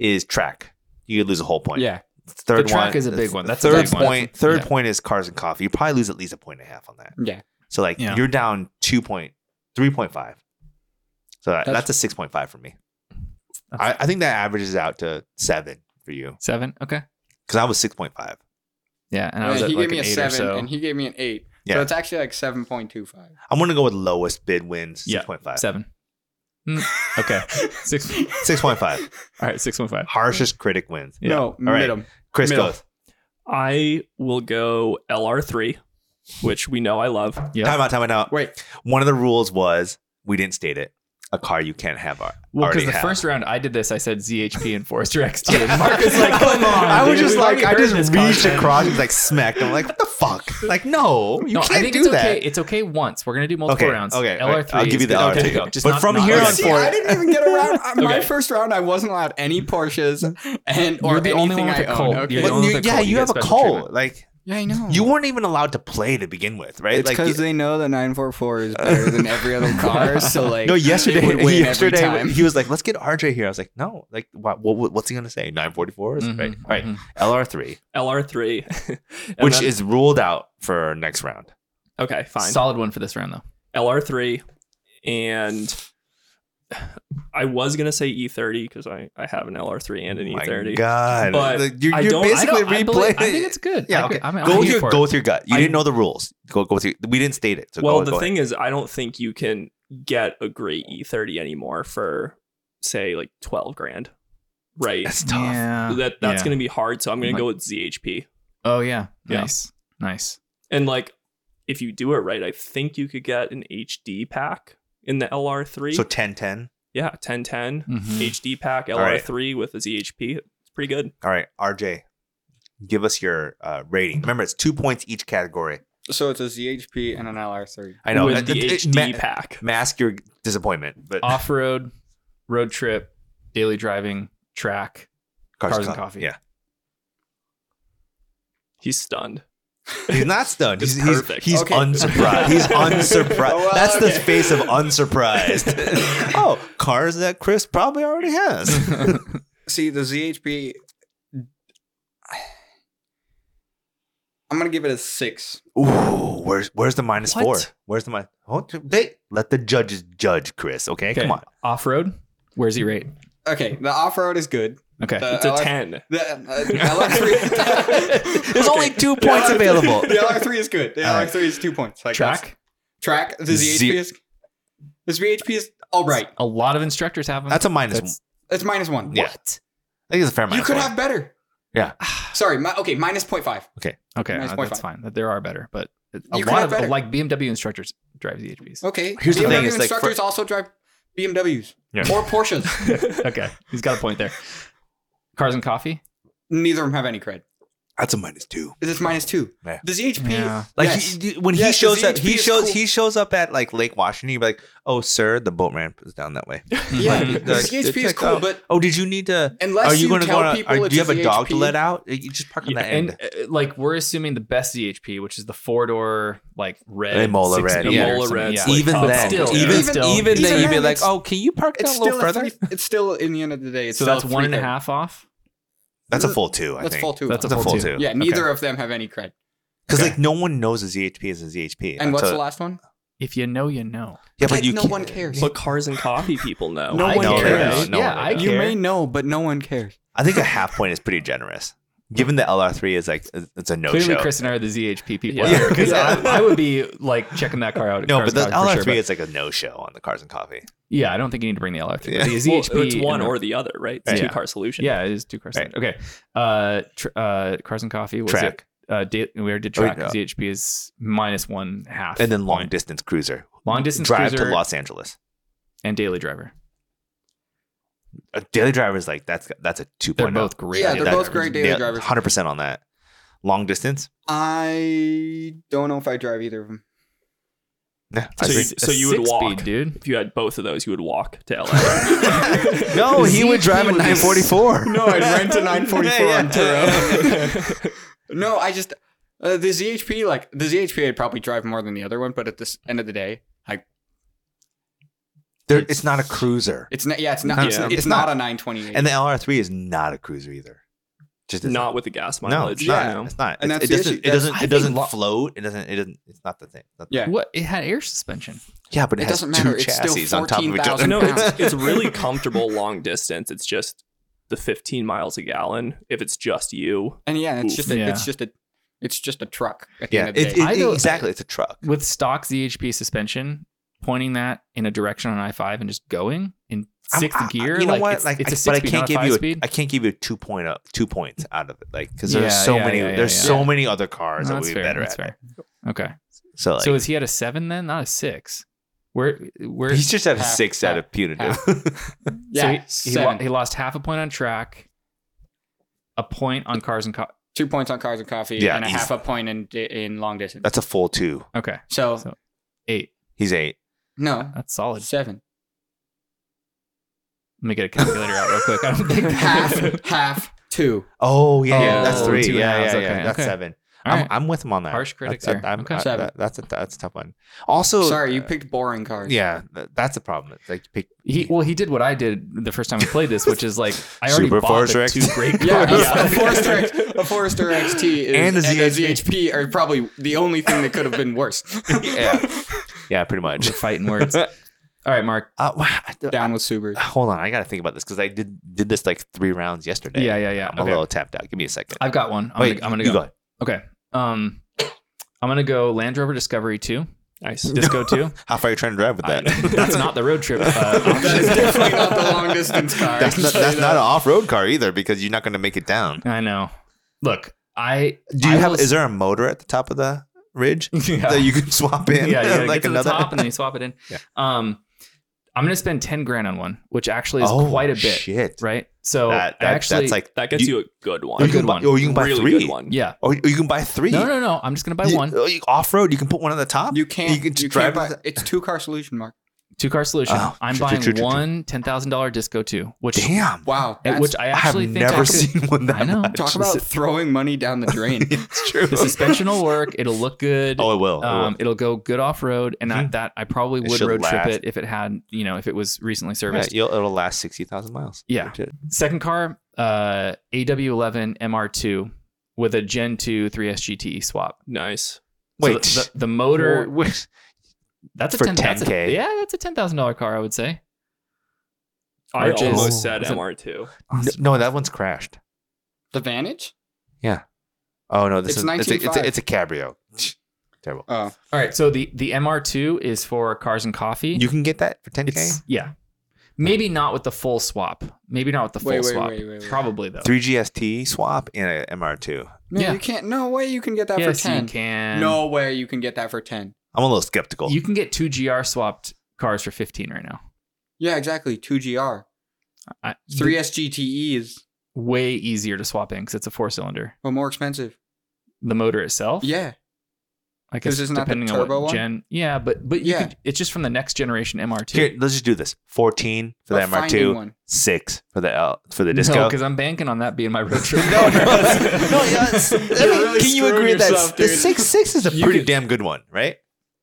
Speaker 2: is track. You could lose a whole point.
Speaker 3: Yeah,
Speaker 2: Third
Speaker 1: The track
Speaker 2: one
Speaker 1: is a big one.
Speaker 2: the
Speaker 1: That's a
Speaker 2: third
Speaker 1: big one.
Speaker 2: point. Third
Speaker 1: Yeah.
Speaker 2: point is cars and coffee. You probably lose at least a point and a half on that.
Speaker 3: yeah.
Speaker 2: So like
Speaker 1: Yeah.
Speaker 2: you're down two point three point five. So that-
Speaker 3: That's-
Speaker 2: that's, a six point five for me. I,
Speaker 1: That's-
Speaker 2: I think that averages out to seven for you
Speaker 1: seven. Okay.
Speaker 2: because I was six point five.
Speaker 1: Yeah, and I
Speaker 3: Yeah,
Speaker 1: was at
Speaker 3: he
Speaker 1: like
Speaker 3: gave me
Speaker 1: an
Speaker 3: a
Speaker 1: eight or
Speaker 3: seven,
Speaker 1: so.
Speaker 3: and he gave me an eight.
Speaker 2: Yeah.
Speaker 3: So it's actually like seven point two five.
Speaker 2: I'm gonna go with lowest bid wins
Speaker 1: Yeah.
Speaker 2: six point five.
Speaker 1: Seven. Mm, okay. Six.
Speaker 2: Six point five.
Speaker 1: All right. Six one five.
Speaker 2: Harshest critic wins.
Speaker 1: Yeah.
Speaker 3: No,
Speaker 2: right.
Speaker 3: middle.
Speaker 2: Chris
Speaker 4: Middle.
Speaker 2: goes.
Speaker 4: I will go LR3, which we know I love.
Speaker 1: Yeah.
Speaker 2: Time out. Time out.
Speaker 3: Wait,
Speaker 2: One of the rules was we didn't state it. A car you can't have. Ar-
Speaker 1: Well, because
Speaker 2: already
Speaker 1: the
Speaker 2: have.
Speaker 1: first round I did this, I said ZHP and Forester XT, and Mark was like, "Come on!"
Speaker 2: I was
Speaker 1: dude,
Speaker 2: just
Speaker 1: we've
Speaker 2: like,
Speaker 1: already
Speaker 2: I
Speaker 1: heard
Speaker 2: just
Speaker 1: this
Speaker 2: reached
Speaker 1: content."
Speaker 2: across, and, like smacked. I'm like, what the fuck? Like, no, you
Speaker 1: no, I
Speaker 2: can't
Speaker 1: think
Speaker 2: do
Speaker 1: it's
Speaker 2: that.
Speaker 1: okay. It's okay once. We're gonna do multiple
Speaker 2: Okay,
Speaker 1: rounds.
Speaker 2: okay, all
Speaker 1: LR
Speaker 2: right.
Speaker 1: three.
Speaker 2: I'll give you the LR3.
Speaker 1: Okay, go. Just
Speaker 2: But
Speaker 1: not-
Speaker 2: from
Speaker 1: not-
Speaker 2: here
Speaker 1: okay.
Speaker 2: on
Speaker 3: see,
Speaker 2: forward-
Speaker 3: I didn't even get around. uh, My
Speaker 4: Okay.
Speaker 3: first round, I wasn't allowed any Porsches, and or
Speaker 1: You're the only
Speaker 3: anything
Speaker 1: one with a
Speaker 3: I own.
Speaker 1: cult.
Speaker 3: Okay.
Speaker 1: You're the
Speaker 2: But
Speaker 1: only one
Speaker 2: you-
Speaker 1: with a
Speaker 2: yeah,
Speaker 1: cold,
Speaker 2: you,
Speaker 1: you
Speaker 2: have a
Speaker 1: get special
Speaker 2: cold.
Speaker 1: treatment.
Speaker 2: Like
Speaker 3: yeah, I know.
Speaker 2: you weren't even allowed to play to begin with, right?
Speaker 3: It's
Speaker 2: like,
Speaker 3: because they know the 944 is better than every other car. So like,
Speaker 2: no,
Speaker 3: it would
Speaker 2: yesterday,
Speaker 3: win every
Speaker 2: yesterday
Speaker 3: time.
Speaker 2: he was like, "Let's get RJ here." I was like, "No, like, what, what, what's he gonna say? Nine forty four,
Speaker 1: Mhm,
Speaker 2: right? All right,
Speaker 1: mhm.
Speaker 2: LR three,
Speaker 4: LR3. And
Speaker 2: which
Speaker 4: then-
Speaker 2: is ruled out for next round.
Speaker 4: okay, fine.
Speaker 1: Solid one for this round though.
Speaker 4: LR3 and I was going to say E30 cuz I I have an LR3 and an
Speaker 2: Oh
Speaker 4: E
Speaker 2: My
Speaker 4: E30.
Speaker 2: God,
Speaker 4: But
Speaker 2: Like, you're,
Speaker 4: I
Speaker 2: you're
Speaker 4: don't- I
Speaker 2: basically
Speaker 4: don't- I
Speaker 1: believe-
Speaker 2: replaying.
Speaker 1: I think it's good.
Speaker 2: yeah,
Speaker 1: I
Speaker 2: okay.
Speaker 1: could- I'm, I'm
Speaker 2: go with
Speaker 1: here
Speaker 2: your
Speaker 1: for
Speaker 2: go
Speaker 1: it.
Speaker 2: with your gut. You
Speaker 4: I-
Speaker 2: didn't know the rules. Go go with your. We didn't state it. So
Speaker 4: well,
Speaker 2: go,
Speaker 4: the
Speaker 2: go
Speaker 4: thing is I don't think you can get a great E30 anymore for say like 12 grand. Right.
Speaker 2: ahead. that's tough.
Speaker 1: Yeah.
Speaker 4: that that's
Speaker 1: Yeah.
Speaker 4: going to be hard, so I'm going
Speaker 1: Like-
Speaker 4: to go with ZHP.
Speaker 1: Oh yeah.
Speaker 4: Yeah.
Speaker 1: Nice. Nice.
Speaker 4: And like if you do it right, I think you could get an HD pack in the LR3.
Speaker 2: So 10 10.
Speaker 4: yeah, 1010
Speaker 2: Mm-hmm.
Speaker 1: Mhm.
Speaker 4: HD pack
Speaker 2: right.
Speaker 4: LR3 with a ZHP. It's pretty good.
Speaker 2: All right, RJ, give us your uh, rating. Remember, it's two points each category.
Speaker 3: So it's a ZHP and an LR3.
Speaker 2: I know.
Speaker 4: with
Speaker 2: that-
Speaker 4: the
Speaker 2: it- it
Speaker 4: HD
Speaker 2: ma-
Speaker 4: pack.
Speaker 2: mask your disappointment, but
Speaker 1: Off road, road trip, daily driving, track. Cars and
Speaker 2: Co-
Speaker 1: Coffee.
Speaker 2: Yeah,
Speaker 4: He's stunned.
Speaker 2: he's not stunned.
Speaker 4: It's
Speaker 2: He's he's,
Speaker 4: perfect.
Speaker 2: he's
Speaker 3: Okay.
Speaker 2: unsurprised. He's unsurprised.
Speaker 3: Well,
Speaker 2: That's the
Speaker 3: okay.
Speaker 2: face of unsurprised. oh, cars that Chris probably already has.
Speaker 3: See, the ZHP. I'm gonna give it a six.
Speaker 2: Ooh, where's where's the minus
Speaker 4: What?
Speaker 2: four? Where's the minus? Oh, they let the judges judge, Chris. Okay,
Speaker 1: Okay.
Speaker 2: come on.
Speaker 1: Off road. Where's he rate?
Speaker 3: Okay, the off road is good.
Speaker 1: Okay.
Speaker 3: The
Speaker 4: It's a
Speaker 3: LR3
Speaker 4: 10.
Speaker 3: The uh, LR3.
Speaker 2: There's only two points
Speaker 3: Yeah.
Speaker 2: available.
Speaker 3: The LR3 is good. The
Speaker 2: All right.
Speaker 3: LR3 is two points. Like that's-
Speaker 1: track.
Speaker 3: Track. The ZHP
Speaker 2: Ze-
Speaker 3: is. The ZHP is all right.
Speaker 1: A lot of instructors have them.
Speaker 2: That's a minus.
Speaker 1: That's-
Speaker 3: It's minus one.
Speaker 2: Yeah.
Speaker 1: what?
Speaker 2: I think it's a fair
Speaker 3: You
Speaker 2: minus.
Speaker 3: could
Speaker 2: one.
Speaker 3: have better.
Speaker 2: Yeah.
Speaker 3: Sorry. My, okay. Minus 0.5.
Speaker 1: Okay,
Speaker 3: Nice
Speaker 1: uh,
Speaker 3: point
Speaker 1: that's
Speaker 3: five.
Speaker 1: fine. That there are better, but it- a
Speaker 3: You could
Speaker 1: lot
Speaker 3: have
Speaker 1: of
Speaker 3: better.
Speaker 1: like BMW instructors drive the HPs.
Speaker 3: Okay.
Speaker 2: Here's the
Speaker 3: BMW
Speaker 2: thing, it's like for-
Speaker 3: instructors also drive BMWs
Speaker 2: Yeah.
Speaker 3: or Porsches.
Speaker 1: okay, he's got a point there. Cars and coffee.
Speaker 3: Neither of them have any cred.
Speaker 2: That's a minus two.
Speaker 3: It's minus two.
Speaker 2: Yeah.
Speaker 3: The ZHP.
Speaker 1: Yeah.
Speaker 2: Like
Speaker 3: yes.
Speaker 2: he, he- when he
Speaker 3: Yes, the
Speaker 2: shows up,
Speaker 3: ZHP
Speaker 2: he
Speaker 3: is
Speaker 2: shows
Speaker 3: cool.
Speaker 2: he shows up at like Lake Washington. You'd be like, "Oh, sir, the boat ramp is down that way."
Speaker 3: yeah.
Speaker 1: Mhm.
Speaker 3: The
Speaker 2: Like,
Speaker 3: ZHP is
Speaker 2: check
Speaker 3: cool,
Speaker 2: out.
Speaker 3: but
Speaker 2: Oh, did you need to?
Speaker 3: unless
Speaker 2: are you, going to go?
Speaker 3: tell
Speaker 2: On,
Speaker 3: people
Speaker 2: are,
Speaker 3: it's E
Speaker 2: do you have a dog to
Speaker 3: ZHP
Speaker 2: let out? You just park on that
Speaker 1: and
Speaker 2: end.
Speaker 1: uh, like we're assuming the best ZHP, which is the four door like red
Speaker 2: Imola
Speaker 1: six-
Speaker 2: red,
Speaker 1: Imola
Speaker 2: yeah.
Speaker 1: red,
Speaker 4: Imola
Speaker 1: yeah.
Speaker 4: red's
Speaker 2: even
Speaker 4: like
Speaker 2: then,
Speaker 4: top
Speaker 1: still,
Speaker 4: tier.
Speaker 2: even
Speaker 3: Even-
Speaker 2: even,
Speaker 3: even
Speaker 2: then, you'd be
Speaker 3: then,
Speaker 2: like,
Speaker 3: it's-
Speaker 2: "Oh, can you park down
Speaker 3: It's
Speaker 2: a little
Speaker 3: still, a
Speaker 2: further?"
Speaker 3: three, it's still in the end of the day. It's
Speaker 1: so
Speaker 3: still
Speaker 1: that's one and a
Speaker 3: three-third.
Speaker 1: half off.
Speaker 2: That's a full two. I
Speaker 3: That's
Speaker 2: think.
Speaker 3: full two.
Speaker 1: That's
Speaker 2: That's a full two.
Speaker 3: yeah, neither of them have any cred.
Speaker 2: Because
Speaker 1: Okay.
Speaker 2: like no one knows a ZHP is E a ZHP.
Speaker 3: And what's
Speaker 2: So-
Speaker 3: the last one?
Speaker 1: If you know, you know.
Speaker 2: Yeah, but
Speaker 3: Like,
Speaker 2: you
Speaker 3: no
Speaker 2: can't-
Speaker 3: one cares.
Speaker 4: But cars and coffee people know.
Speaker 3: No
Speaker 1: I
Speaker 3: one
Speaker 1: care.
Speaker 3: cares.
Speaker 2: No, no
Speaker 1: yeah,
Speaker 2: one
Speaker 1: I
Speaker 2: cares.
Speaker 1: care.
Speaker 3: know, but no one cares.
Speaker 2: I think a half point is pretty generous, given the LR3 is like it's a no
Speaker 1: Clearly,
Speaker 2: show.
Speaker 1: Chris and I are the ZHP people
Speaker 4: Yeah.
Speaker 1: here because
Speaker 2: Yeah.
Speaker 1: I, I would be like checking that car out. at
Speaker 2: no,
Speaker 1: Cars
Speaker 2: but the
Speaker 1: and Coffee for
Speaker 2: LR3
Speaker 1: sure,
Speaker 2: is like a no show on the Cars and Coffee.
Speaker 1: but- yeah, I don't think you need to bring the LR3.
Speaker 2: Yeah.
Speaker 1: The
Speaker 4: Well,
Speaker 1: ZHP
Speaker 4: it's one
Speaker 1: and the-
Speaker 4: or the other, right? It's
Speaker 1: Yeah.
Speaker 4: two car solution.
Speaker 1: Yeah, it is two cars.
Speaker 2: Right.
Speaker 1: Okay. Uh, tr- uh, cars and coffee. What was it?
Speaker 2: Track
Speaker 1: Uh, da- we already did
Speaker 2: Oh, wait,
Speaker 1: track.
Speaker 2: no.
Speaker 1: ZHP is minus one half.
Speaker 2: and then long
Speaker 1: point.
Speaker 2: distance cruiser.
Speaker 1: long distance
Speaker 2: drive
Speaker 1: cruiser
Speaker 2: to Los Angeles.
Speaker 1: and daily driver.
Speaker 2: A daily driver is like that's that's a two
Speaker 1: They're
Speaker 2: point. oh.
Speaker 1: both great.
Speaker 3: Yeah,
Speaker 1: daily
Speaker 3: they're both
Speaker 1: drivers.
Speaker 3: great daily drivers.
Speaker 2: Hundred percent on that. Long distance.
Speaker 3: I don't know if I drive either of them.
Speaker 2: Yeah, I
Speaker 4: So you,
Speaker 2: agree.
Speaker 1: It's
Speaker 4: so
Speaker 1: a
Speaker 4: you would
Speaker 1: six-speed,
Speaker 4: walk.
Speaker 1: dude.
Speaker 4: If you had both of those, you would walk to LA.
Speaker 2: no, he would
Speaker 1: ZHP
Speaker 2: drive a
Speaker 1: would be-
Speaker 2: 944.
Speaker 3: Oh, No, I'd rent a 944 on
Speaker 2: Yeah, yeah.
Speaker 3: No, I just Uh, the ZHP, like the ZHP, I'd probably drive more than the other one, but at this end of the day, like
Speaker 2: There, it's not a cruiser,
Speaker 3: it's not. Yeah, it's not.
Speaker 2: No,
Speaker 3: it's,
Speaker 4: it's-
Speaker 3: it's
Speaker 2: it's
Speaker 3: not,
Speaker 2: not.
Speaker 3: a 928.
Speaker 2: and the LR3 is not a cruiser either. Just isn't.
Speaker 4: Not with the gas
Speaker 2: No,
Speaker 4: mileage.
Speaker 2: it's
Speaker 4: you
Speaker 2: not.
Speaker 4: know?
Speaker 2: It's not.
Speaker 3: And
Speaker 2: It's- it
Speaker 3: that's the
Speaker 2: doesn't.
Speaker 3: issue.
Speaker 2: It
Speaker 3: That's-
Speaker 2: doesn't.
Speaker 3: I
Speaker 2: It
Speaker 3: think
Speaker 2: doesn't
Speaker 3: lo-
Speaker 2: float. It doesn't. It doesn't. It's not the thing. Not the-
Speaker 3: yeah,
Speaker 1: What? It had air suspension.
Speaker 2: Yeah, but it,
Speaker 3: It
Speaker 2: has
Speaker 3: doesn't
Speaker 2: two
Speaker 3: matter. It's still
Speaker 2: chassis on top of each other.
Speaker 3: 14,000
Speaker 4: no, it's, it's really comfortable long distance. It's just the 15 miles a gallon if it's just you.
Speaker 3: and yeah, it's
Speaker 4: Oof.
Speaker 3: just a,
Speaker 1: Yeah.
Speaker 3: it's just a it's just a truck at the
Speaker 2: yeah,
Speaker 3: end of
Speaker 2: it,
Speaker 3: the
Speaker 2: it,
Speaker 3: day.
Speaker 1: I don't-
Speaker 2: exactly. It's a truck.
Speaker 1: with stock ZHP suspension, pointing that in a direction on I five and just going in
Speaker 2: I'm-
Speaker 1: sixth
Speaker 2: I- I-
Speaker 1: gear.
Speaker 2: You know
Speaker 1: like,
Speaker 2: what?
Speaker 1: It's,
Speaker 2: like,
Speaker 1: it's
Speaker 2: I-
Speaker 1: a six
Speaker 2: but I
Speaker 1: speed,
Speaker 2: can't
Speaker 1: not a
Speaker 2: give
Speaker 1: five
Speaker 2: you.
Speaker 1: speed.
Speaker 2: A, I can't give you two point up, two points out of it, like because there's
Speaker 1: Yeah,
Speaker 2: so
Speaker 1: yeah,
Speaker 2: many.
Speaker 1: yeah, yeah,
Speaker 2: there's
Speaker 1: yeah.
Speaker 2: so many other cars
Speaker 1: No,
Speaker 2: that
Speaker 1: that's
Speaker 2: we're
Speaker 1: fair.
Speaker 2: better
Speaker 1: that's
Speaker 2: at.
Speaker 1: fair. Okay.
Speaker 2: So like,
Speaker 1: so is he at a seven then, not a six? Where where
Speaker 2: he's just at a
Speaker 3: half-
Speaker 2: six out of punitive.
Speaker 3: half.
Speaker 1: so
Speaker 3: yeah,
Speaker 1: he, he, lo-
Speaker 3: seven.
Speaker 1: he lost half a point on track, a point on cars and co-
Speaker 3: two points on cars and coffee,
Speaker 2: Yeah,
Speaker 3: and a
Speaker 2: easy.
Speaker 3: half a point in in long distance.
Speaker 2: That's a full two.
Speaker 1: okay
Speaker 3: So
Speaker 1: So- eight.
Speaker 2: He's eight.
Speaker 3: no,
Speaker 1: That's solid.
Speaker 3: seven.
Speaker 1: Let me get a calculator out real quick. I don't think
Speaker 3: half, half, two.
Speaker 2: Oh yeah, yeah, that's
Speaker 1: Oh,
Speaker 2: three.
Speaker 1: two and a
Speaker 2: Yeah,
Speaker 1: half.
Speaker 2: yeah,
Speaker 1: Okay,
Speaker 2: yeah. That's
Speaker 1: okay.
Speaker 2: seven.
Speaker 1: All
Speaker 2: I'm,
Speaker 1: right.
Speaker 2: I'm with him on that.
Speaker 1: Harsh critics
Speaker 2: That's,
Speaker 1: here.
Speaker 2: I'm,
Speaker 1: Okay.
Speaker 2: I-
Speaker 3: Seven.
Speaker 2: that- that's a that's a tough one. Also,
Speaker 3: Sorry, you picked boring cars.
Speaker 2: Oh, uh, Yeah, th- that's a problem. It's like pick
Speaker 1: He well, he did what I did the first time we played this, which is like I already
Speaker 2: Super
Speaker 1: bought the
Speaker 2: Fortrix.
Speaker 1: two great cars.
Speaker 3: Yeah, yeah. A, Forester, X- a Forester XT is,
Speaker 2: And
Speaker 3: and,
Speaker 2: a
Speaker 3: a
Speaker 2: ZHP.
Speaker 3: ZHP are probably the only thing that could have been worse.
Speaker 2: yeah, yeah, pretty much.
Speaker 1: We're fighting words. All right, Mark.
Speaker 2: Uh, wow, I don't-
Speaker 3: Down with Subaru.
Speaker 2: hold on, I gotta think about this because I did did this like three rounds yesterday.
Speaker 1: Yeah, yeah, yeah.
Speaker 2: I'm a
Speaker 1: Okay.
Speaker 2: little tapped out. Give me a second.
Speaker 1: I've got one. I'm
Speaker 2: Wait,
Speaker 1: gonna, I'm gonna
Speaker 2: you
Speaker 1: go. Okay. Um, I'm gonna go Land Rover Discovery Two,
Speaker 4: Nice.
Speaker 1: Disco Two.
Speaker 2: How far are you trying to drive with
Speaker 1: I-
Speaker 2: that?
Speaker 1: that's not the road trip. Uh,
Speaker 3: That is definitely not the long distance car.
Speaker 2: That's not, that's not an off road car either because you're not going to make it down.
Speaker 1: I know. Look, I
Speaker 2: Do you
Speaker 1: I
Speaker 2: have?
Speaker 1: will-
Speaker 2: Is there a motor at the top of the ridge
Speaker 1: yeah.
Speaker 2: that you can swap
Speaker 1: yeah,
Speaker 2: in?
Speaker 1: you gotta get
Speaker 2: like
Speaker 1: to
Speaker 2: another.
Speaker 1: the top and then you swap it in.
Speaker 2: Yeah.
Speaker 1: Um, I'm gonna spend ten grand on one, which actually is
Speaker 2: oh,
Speaker 1: quite a bit,
Speaker 2: Shit.
Speaker 1: right?
Speaker 3: Oh,
Speaker 1: So
Speaker 2: that,
Speaker 1: I
Speaker 2: that-
Speaker 1: actually,
Speaker 2: that's like
Speaker 4: That gets
Speaker 2: You-
Speaker 4: you, a good one.
Speaker 2: or
Speaker 1: a
Speaker 2: you can
Speaker 1: good
Speaker 2: buy,
Speaker 1: one.
Speaker 2: or you can buy
Speaker 4: really
Speaker 2: three.
Speaker 4: good one.
Speaker 1: yeah.
Speaker 2: Or you or you can buy three.
Speaker 1: No, no, no. I'm just gonna buy one
Speaker 2: Off road, you can put one on the top.
Speaker 3: You can't. You,
Speaker 2: can just drive.
Speaker 3: can't buy,
Speaker 2: with
Speaker 3: it's two car solution, Mark.
Speaker 1: two car solution.
Speaker 2: Oh,
Speaker 1: I'm
Speaker 2: true, true,
Speaker 1: buying
Speaker 2: true, true, true.
Speaker 1: one ten thousand dollar Disco Two,
Speaker 2: the-
Speaker 1: which
Speaker 2: Damn.
Speaker 3: Wow.
Speaker 1: eh,
Speaker 3: that's-
Speaker 1: which I
Speaker 2: I have
Speaker 1: actually think I
Speaker 2: never
Speaker 1: could-
Speaker 2: seen one that
Speaker 1: I know.
Speaker 2: much.
Speaker 3: talk about throwing money down the drain.
Speaker 2: it's true.
Speaker 1: The suspension will work. It'll look good.
Speaker 2: Oh, it will. it will. Mm-hmm.
Speaker 1: um, it'll go good off road, and I, that I probably
Speaker 2: It
Speaker 1: would
Speaker 2: should
Speaker 1: road
Speaker 2: last.
Speaker 1: trip it if it had, you know, if it was recently
Speaker 2: Yeah,
Speaker 1: serviced.
Speaker 2: you'll, it'll last sixty thousand miles.
Speaker 1: Yeah.
Speaker 2: Legit.
Speaker 1: Second car, uh, AW11 MR2 with a Gen 2 3SGTE E swap.
Speaker 4: Nice.
Speaker 1: So
Speaker 2: Wait,
Speaker 1: the, the, the motor.
Speaker 2: wh- wh-
Speaker 1: That's a
Speaker 2: for
Speaker 1: ten. that's a-
Speaker 2: 10K?
Speaker 1: yeah, that's a ten thousand dollar car. I would say.
Speaker 4: I
Speaker 1: Arches.
Speaker 4: almost said
Speaker 1: Is it-
Speaker 4: MR2.
Speaker 2: no, that one's crashed.
Speaker 3: the Vantage?
Speaker 2: Oh no, this
Speaker 3: It's
Speaker 2: is it's a, it's,
Speaker 3: 19.5.
Speaker 2: a, it's a cabrio. Terrible.
Speaker 3: Oh.
Speaker 1: All right. So the the MR2 is for cars and coffee.
Speaker 2: You can get that for ten k.
Speaker 1: It's- yeah. Maybe not with the full swap. Maybe not with the full
Speaker 3: Wait, wait,
Speaker 1: swap.
Speaker 3: wait, wait, wait.
Speaker 1: Probably though.
Speaker 2: Three GST swap and a MR two.
Speaker 3: No,
Speaker 1: Yeah.
Speaker 3: you can't. No way you can get that
Speaker 1: yes,
Speaker 3: for 10.
Speaker 1: you can.
Speaker 3: No way you can get that for 10.
Speaker 2: I'm a little skeptical.
Speaker 1: you can get two GR swapped cars for fifteen right now.
Speaker 3: Yeah, exactly. 2GR.
Speaker 1: I,
Speaker 3: 3SGTE E is
Speaker 1: way easier to swap in because it's a four cylinder.
Speaker 3: well, more expensive.
Speaker 1: The motor itself.
Speaker 3: Yeah.
Speaker 1: I
Speaker 3: 'Cause
Speaker 1: guess
Speaker 3: it's not the
Speaker 1: depending
Speaker 3: turbo
Speaker 1: on what
Speaker 3: one?
Speaker 1: gen. Yeah, but but you
Speaker 3: Yeah.
Speaker 1: could, it's just from the next generation MR2.
Speaker 2: Here, let's just do this. Fourteen for the
Speaker 3: But
Speaker 2: MR
Speaker 3: finding
Speaker 2: two,
Speaker 3: one.
Speaker 2: six for the L for the disco.
Speaker 1: because I'm banking on that being my road trip.
Speaker 2: no, no, no, yeah, it's- I
Speaker 3: You're
Speaker 2: mean,
Speaker 3: really
Speaker 2: can you
Speaker 3: screwing
Speaker 2: agree
Speaker 3: yourself,
Speaker 2: that the
Speaker 3: dude.
Speaker 2: six six is a
Speaker 4: You
Speaker 2: pretty
Speaker 4: could-
Speaker 2: damn good one, right?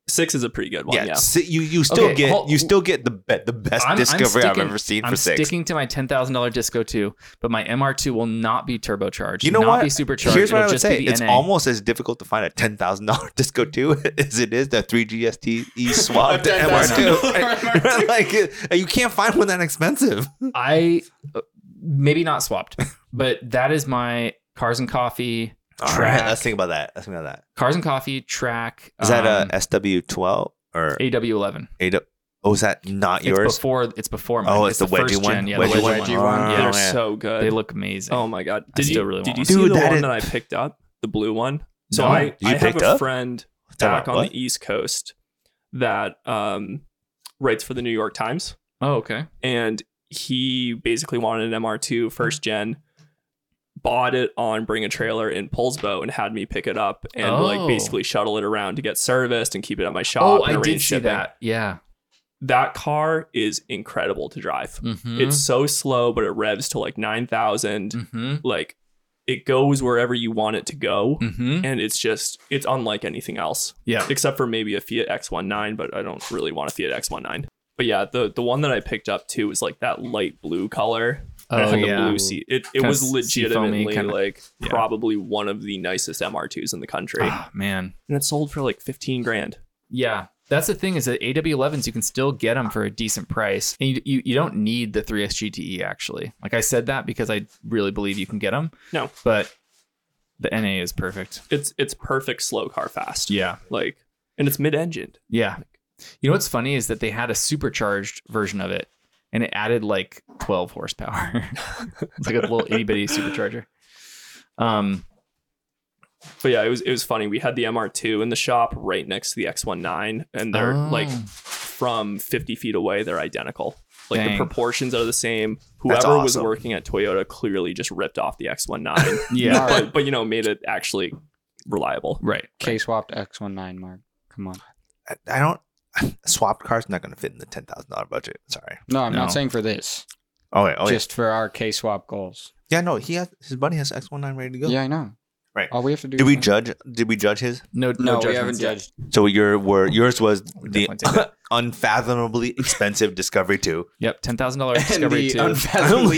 Speaker 4: Six is a pretty good one. Yeah.
Speaker 2: yeah, si- you you still
Speaker 1: Okay,
Speaker 2: get
Speaker 1: hold-
Speaker 2: you still get the be- the best
Speaker 1: I'm- I'm
Speaker 2: discovery I've
Speaker 1: sticking-
Speaker 2: ever seen
Speaker 1: I'm
Speaker 2: for six.
Speaker 1: sticking to my ten thousand dollar Disco two, but my MR2 will not be turbocharged.
Speaker 2: You know
Speaker 1: not
Speaker 2: what?
Speaker 1: Be supercharged.
Speaker 2: Here's what
Speaker 1: It'll
Speaker 2: I would
Speaker 1: just
Speaker 2: say:
Speaker 1: be the
Speaker 2: it's
Speaker 1: NA.
Speaker 2: almost as difficult to find a ten thousand dollar Disco two as it is the three GST E swap to MR two. like uh, you can't find one that expensive.
Speaker 1: I uh, maybe not swapped, but that is my cars and coffee,
Speaker 2: All right,
Speaker 1: Track.
Speaker 2: let's think about that. Let's think about that.
Speaker 1: cars and coffee track.
Speaker 2: Is that uh,
Speaker 1: um,
Speaker 2: a SW twelve or
Speaker 1: AW11?
Speaker 2: eight? Oh, is that not
Speaker 1: It's
Speaker 2: yours?
Speaker 1: before. It's before mine.
Speaker 2: Oh, it's, the
Speaker 1: first
Speaker 2: wedgie
Speaker 1: gen.
Speaker 2: one.
Speaker 1: Yeah,
Speaker 2: wedgie
Speaker 1: the
Speaker 2: one.
Speaker 1: wedgie one.
Speaker 2: Oh,
Speaker 4: They're
Speaker 2: yeah.
Speaker 4: so good.
Speaker 1: They look amazing.
Speaker 4: Oh my god! Did
Speaker 1: still
Speaker 4: you
Speaker 1: really
Speaker 4: did
Speaker 1: want
Speaker 4: you
Speaker 1: one.
Speaker 4: see
Speaker 2: Dude,
Speaker 4: the
Speaker 2: that
Speaker 4: one
Speaker 2: is-
Speaker 4: that I picked up? The blue one. So
Speaker 1: No.
Speaker 4: I
Speaker 2: You
Speaker 4: I have
Speaker 2: picked
Speaker 4: a
Speaker 2: up?
Speaker 4: friend
Speaker 2: Time out,
Speaker 4: back on
Speaker 2: what?
Speaker 4: the East Coast that um, writes for the New York Times,
Speaker 1: Oh, okay.
Speaker 4: and he basically wanted an MR2 first gen. Bought it on Bring a Trailer in Pullsboat and had me pick it up and
Speaker 1: Oh.
Speaker 4: like basically shuttle it around to get serviced and keep it at my shop.
Speaker 1: Oh,
Speaker 4: and
Speaker 1: I
Speaker 4: arrange
Speaker 1: did see
Speaker 4: shipping.
Speaker 1: that. Yeah.
Speaker 4: That car is incredible to drive.
Speaker 1: Mm-hmm.
Speaker 4: It's so slow, but it revs to like nine thousand.
Speaker 1: mm-hmm.
Speaker 4: Like it goes wherever you want it to go.
Speaker 1: Mm-hmm.
Speaker 4: And it's just, it's unlike anything else,
Speaker 1: Yeah.
Speaker 4: except for maybe a Fiat X19, but I don't really want a Fiat X19. But yeah, the, the one that I picked up too was like that light blue color. I
Speaker 1: Oh
Speaker 4: had the
Speaker 1: yeah.
Speaker 4: blue sea. It, it
Speaker 1: Kinda
Speaker 4: was
Speaker 1: sea- seafoamy
Speaker 4: legitimately
Speaker 1: kinda-
Speaker 4: like
Speaker 1: yeah.
Speaker 4: probably one of the nicest MR2s in the country.
Speaker 1: Ah, man.
Speaker 4: and it sold for like 15 grand.
Speaker 1: Yeah. That's the thing is that AW11s you can still get them for a decent price, and you, you, you don't need the 3S GTE E, actually. Like I said that because I really believe you can get them.
Speaker 4: No.
Speaker 1: but the NA is perfect.
Speaker 4: It's it's perfect slow car fast.
Speaker 1: Yeah,
Speaker 4: Like and it's mid-engined.
Speaker 1: yeah. You know what's funny is that they had a supercharged version of it, and it added like 12 horsepower. it's like a little itty bitty supercharger. Um,
Speaker 4: But yeah, it was it was funny. We had the MR2 in the shop right next to the X19 and they're
Speaker 1: Oh.
Speaker 4: like from 50 feet away, they're identical. Like
Speaker 1: Dang.
Speaker 4: the proportions are the same. Whoever
Speaker 2: That's
Speaker 4: was
Speaker 2: awesome.
Speaker 4: working at Toyota clearly just ripped off the X19.
Speaker 1: yeah,
Speaker 3: Mark,
Speaker 4: but, but you know, made it actually reliable.
Speaker 1: right.
Speaker 3: K swapped X19, Mark. Come on.
Speaker 2: I, I don't. Swapped cars not going to fit in the ten thousand dollar budget. Sorry.
Speaker 3: No, I'm
Speaker 1: No.
Speaker 3: not saying for this.
Speaker 2: Oh wait. Oh yeah.
Speaker 3: just for our K swap goals.
Speaker 2: Yeah. No. He has his buddy has X 19 ready to go.
Speaker 3: Yeah, I know.
Speaker 2: Right.
Speaker 3: All we have to do.
Speaker 2: Did
Speaker 3: is
Speaker 2: we
Speaker 3: win.
Speaker 2: judge? Did we judge his?
Speaker 1: No,
Speaker 3: No,
Speaker 1: no,
Speaker 3: we haven't
Speaker 1: judgments yet.
Speaker 3: judged.
Speaker 2: So your were yours was the
Speaker 1: definitely take that.
Speaker 2: unfathomably expensive Discovery Two.
Speaker 1: Yep, ten thousand dollars
Speaker 3: And
Speaker 1: discovery
Speaker 3: the
Speaker 1: two.
Speaker 3: unfathomably
Speaker 2: Only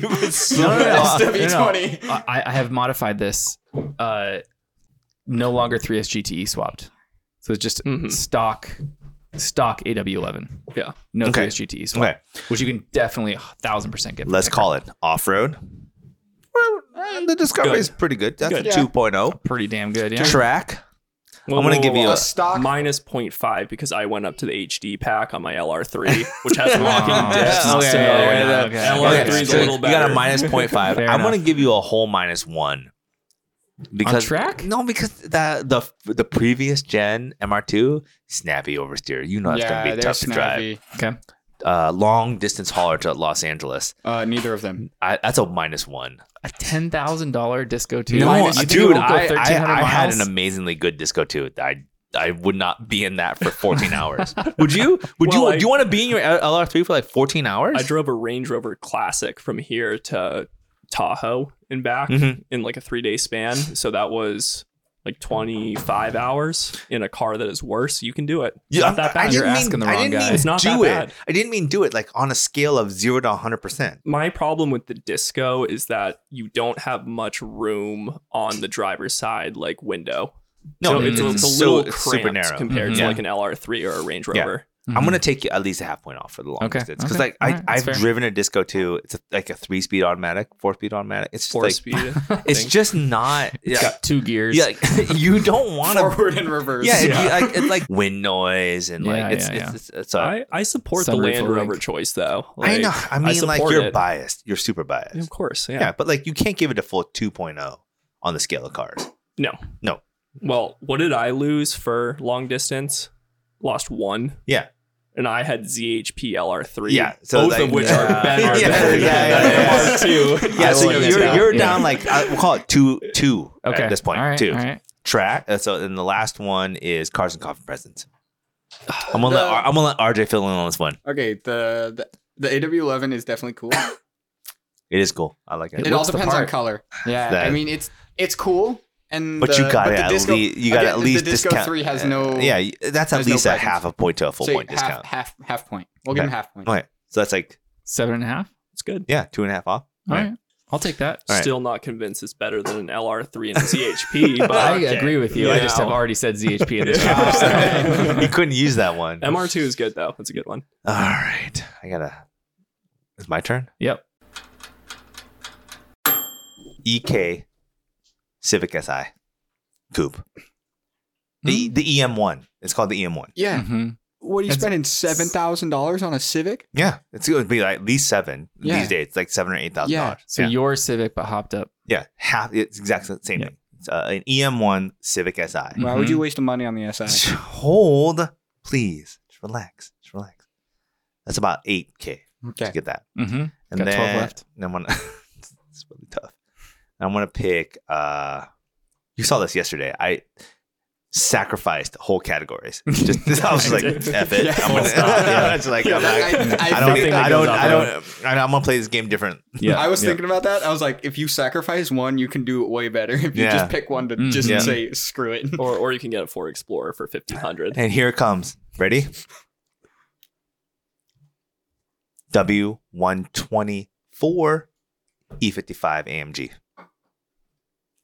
Speaker 2: cheap. It's so
Speaker 1: No, no, no.
Speaker 2: awesome.
Speaker 3: SW20.
Speaker 1: I, I have modified this. Uh, no longer 3S GTE E swapped. So it's just
Speaker 3: Mm-hmm.
Speaker 4: Mhm.
Speaker 1: stock stock AW11.
Speaker 4: Yeah.
Speaker 1: No
Speaker 2: Okay.
Speaker 1: 3S GTE E swapped,
Speaker 2: Okay,
Speaker 1: which you can definitely a thousand percent get.
Speaker 2: let's call it off road. Well, eh, the Discovery
Speaker 4: Good.
Speaker 2: is pretty good. That's
Speaker 4: Good.
Speaker 2: a
Speaker 3: Yeah.
Speaker 2: 2.0.
Speaker 1: pretty damn good. Yeah.
Speaker 2: Track.
Speaker 4: Whoa,
Speaker 2: I'm gonna
Speaker 4: whoa,
Speaker 2: give
Speaker 4: whoa,
Speaker 2: you
Speaker 4: whoa.
Speaker 2: a
Speaker 3: stock-
Speaker 4: minus 0.5 because I went up to the HD pack on my LR3, which has
Speaker 1: Oh,
Speaker 4: locking discs.
Speaker 2: okay,
Speaker 4: so
Speaker 2: yeah,
Speaker 1: okay.
Speaker 4: LR3
Speaker 1: Okay,
Speaker 4: is
Speaker 1: so
Speaker 4: a little
Speaker 2: you
Speaker 4: better.
Speaker 2: got a minus 0.5.
Speaker 1: Fair
Speaker 2: I'm going
Speaker 1: enough.
Speaker 2: to give you a whole minus one. Because
Speaker 1: track?
Speaker 2: No, because that the the previous gen MR2 snappy oversteer. You know it's going to
Speaker 3: they're
Speaker 2: be tough to drive.
Speaker 3: snappy.
Speaker 1: Okay.
Speaker 2: Uh, long distance hauler to Los Angeles.
Speaker 3: Uh, neither of them.
Speaker 2: I, that's a minus one.
Speaker 1: A ten thousand dollar disco two.
Speaker 2: No,
Speaker 1: Minus- you think it
Speaker 2: dude,
Speaker 1: won't go
Speaker 2: I,
Speaker 1: 1300
Speaker 2: I, I had
Speaker 1: miles?
Speaker 2: an amazingly good disco too. I I would not be in that for 14 hours. would you? Would you?
Speaker 4: Well, I-
Speaker 2: do you want to be in your LR3 for like 14 hours?
Speaker 4: I drove a Range Rover Classic from here to Tahoe and back
Speaker 2: Mhm.
Speaker 4: in like a three day span. So that was like 25 hours in a car that is worse. You can do it.
Speaker 2: Yeah,
Speaker 1: not
Speaker 2: I'm-
Speaker 1: that bad.
Speaker 2: I didn't
Speaker 1: You're
Speaker 2: mean,
Speaker 1: asking the
Speaker 2: I
Speaker 1: wrong
Speaker 2: didn't
Speaker 1: guy.
Speaker 2: mean
Speaker 4: It's not
Speaker 2: do
Speaker 4: that
Speaker 2: it.
Speaker 4: bad.
Speaker 2: I didn't mean do it like on a scale of zero to 100. percent
Speaker 4: My problem with the disco is that you don't have much room on the driver's side, like window.
Speaker 2: No,
Speaker 4: so it's,
Speaker 1: mm,
Speaker 4: it's a
Speaker 2: so
Speaker 4: little
Speaker 2: it's super
Speaker 4: cramped
Speaker 2: narrow. Mm-hmm.
Speaker 4: compared
Speaker 1: Mhm.
Speaker 4: to
Speaker 1: Yeah.
Speaker 4: like an LR3 or a Range
Speaker 2: Yeah.
Speaker 4: Rover.
Speaker 2: I'm
Speaker 1: Mhm.
Speaker 2: gonna take you at least a half point off for the long
Speaker 1: Okay,
Speaker 2: distance because
Speaker 1: okay,
Speaker 2: like I,
Speaker 1: alright, that's fair.
Speaker 2: I've driven a disco too. It's a, like a three speed automatic, four speed automatic. It's just
Speaker 4: Four
Speaker 2: like
Speaker 4: speed.
Speaker 2: it's
Speaker 4: thing.
Speaker 2: just not.
Speaker 1: It's
Speaker 2: Yeah,
Speaker 1: got Mm-hmm. two gears.
Speaker 2: yeah like, you don't want to
Speaker 3: Forward and reverse.
Speaker 2: Yeah,
Speaker 1: Yeah.
Speaker 2: It, like it's like wind noise and like
Speaker 1: Yeah,
Speaker 2: it's,
Speaker 1: yeah,
Speaker 2: it's,
Speaker 1: yeah.
Speaker 2: it's it's a-
Speaker 4: I, I support the
Speaker 1: Sunroof
Speaker 4: Land
Speaker 1: link.
Speaker 4: Rover choice though.
Speaker 2: I know.
Speaker 4: Like,
Speaker 2: I mean, like
Speaker 4: support
Speaker 2: you're
Speaker 4: it.
Speaker 2: biased. You're super biased.
Speaker 4: Of course,
Speaker 2: yeah.
Speaker 4: yeah.
Speaker 2: but like you can't give it a full 2.0 on the scale of cars.
Speaker 4: No.
Speaker 2: No.
Speaker 4: Well, what did I lose for long distance? Lost one.
Speaker 2: Yeah.
Speaker 4: And I had ZHP LR3.
Speaker 2: Yeah, so
Speaker 4: both
Speaker 2: like-
Speaker 4: of which
Speaker 2: Yeah.
Speaker 4: are better
Speaker 2: Yeah,
Speaker 4: than
Speaker 2: yeah, yeah, yeah.
Speaker 4: MR2.
Speaker 2: Yeah,
Speaker 4: I
Speaker 2: so
Speaker 4: will
Speaker 2: you're
Speaker 4: admit that.
Speaker 2: you're
Speaker 1: Yeah.
Speaker 2: down like I, we'll call it two two
Speaker 1: Okay.
Speaker 2: at this point.
Speaker 1: All right.
Speaker 2: two
Speaker 1: All right.
Speaker 2: track. Uh, so then the last one is cars and coffee presents. I'm gonna let
Speaker 3: The-
Speaker 2: R- I'm gonna let RJ fill in on this one.
Speaker 3: Okay. The the, the AW11 is definitely cool.
Speaker 2: It is cool. I like it.
Speaker 3: It all
Speaker 1: looks the
Speaker 3: depends on
Speaker 1: part.
Speaker 3: color.
Speaker 1: Yeah.
Speaker 2: That-
Speaker 3: I mean, it's it's cool. And
Speaker 2: But
Speaker 3: the-
Speaker 2: you got
Speaker 3: but
Speaker 2: it
Speaker 3: the
Speaker 2: at
Speaker 3: disco,
Speaker 2: least you got
Speaker 3: again,
Speaker 2: at least
Speaker 3: the disco
Speaker 2: discount.
Speaker 3: three has
Speaker 2: uh,
Speaker 3: no
Speaker 2: Yeah, y- that's at
Speaker 3: has no
Speaker 2: least a
Speaker 3: presence.
Speaker 2: half a point to a full
Speaker 3: say
Speaker 2: point
Speaker 3: half,
Speaker 2: discount.
Speaker 3: Half half point. We'll give
Speaker 2: Okay.
Speaker 3: him half point.
Speaker 2: Okay, so that's like
Speaker 1: Seven and a half.
Speaker 4: It's good.
Speaker 2: yeah, two and a half off.
Speaker 1: All
Speaker 2: All
Speaker 1: right. I'll take that.
Speaker 2: All right.
Speaker 4: Still not convinced it's better than an LR3 and a ZHP, but
Speaker 1: I agree with you. I just have
Speaker 4: Now-
Speaker 1: already said ZHP in this
Speaker 4: Yeah.
Speaker 1: conversation.
Speaker 2: he couldn't use that one. All
Speaker 4: MR2 is good though. That's a good one.
Speaker 2: right. I gotta. It's my turn.
Speaker 1: Yep.
Speaker 2: EK E Civic SI Coupe. The
Speaker 3: Hmm.
Speaker 2: the EM1. It's called the E EM1.
Speaker 3: Yeah.
Speaker 1: hmm
Speaker 3: What are you
Speaker 1: It's-
Speaker 3: spending seven thousand dollars on a Civic?
Speaker 2: Yeah, it's going to be like at least seven
Speaker 3: Yeah.
Speaker 2: these days. It's like seven or eight thousand
Speaker 3: Yeah.
Speaker 2: dollars.
Speaker 1: So
Speaker 2: yeah.
Speaker 1: your Civic, but hopped up.
Speaker 2: yeah, half. It's exactly the same
Speaker 1: Yeah.
Speaker 2: thing. It's uh, an EM1 Civic SI.
Speaker 3: Why
Speaker 2: Mm-hmm.
Speaker 3: would you waste the money on the SI?
Speaker 2: Hold, please. Just relax. Just relax. That's about eight k
Speaker 3: Okay.
Speaker 2: to get that.
Speaker 1: Mm-hmm.
Speaker 2: And
Speaker 1: Got
Speaker 2: then,
Speaker 1: 12 left.
Speaker 2: And I'm gonna, it's really tough. And I'm gonna pick. uh You saw this yesterday. I sacrificed whole categories. Just I was like, F it. I'm gonna
Speaker 4: stop, yeah.
Speaker 2: It's like, I'm not-
Speaker 3: I- I
Speaker 2: I don't,
Speaker 4: think
Speaker 2: I
Speaker 4: that
Speaker 2: don't,
Speaker 4: goes up
Speaker 2: I don't, I am gonna play this game different.
Speaker 1: Yeah.
Speaker 3: I was
Speaker 1: yeah.
Speaker 3: thinking about that. I was like, if you sacrifice one, you can do it way better. If you
Speaker 2: Yeah.
Speaker 3: just pick one to
Speaker 1: Mm,
Speaker 3: just
Speaker 2: yeah.
Speaker 3: say screw it.
Speaker 4: or or you can get a Ford Explorer for fifteen hundred.
Speaker 2: And here it comes. Ready? W124 E E55 AMG.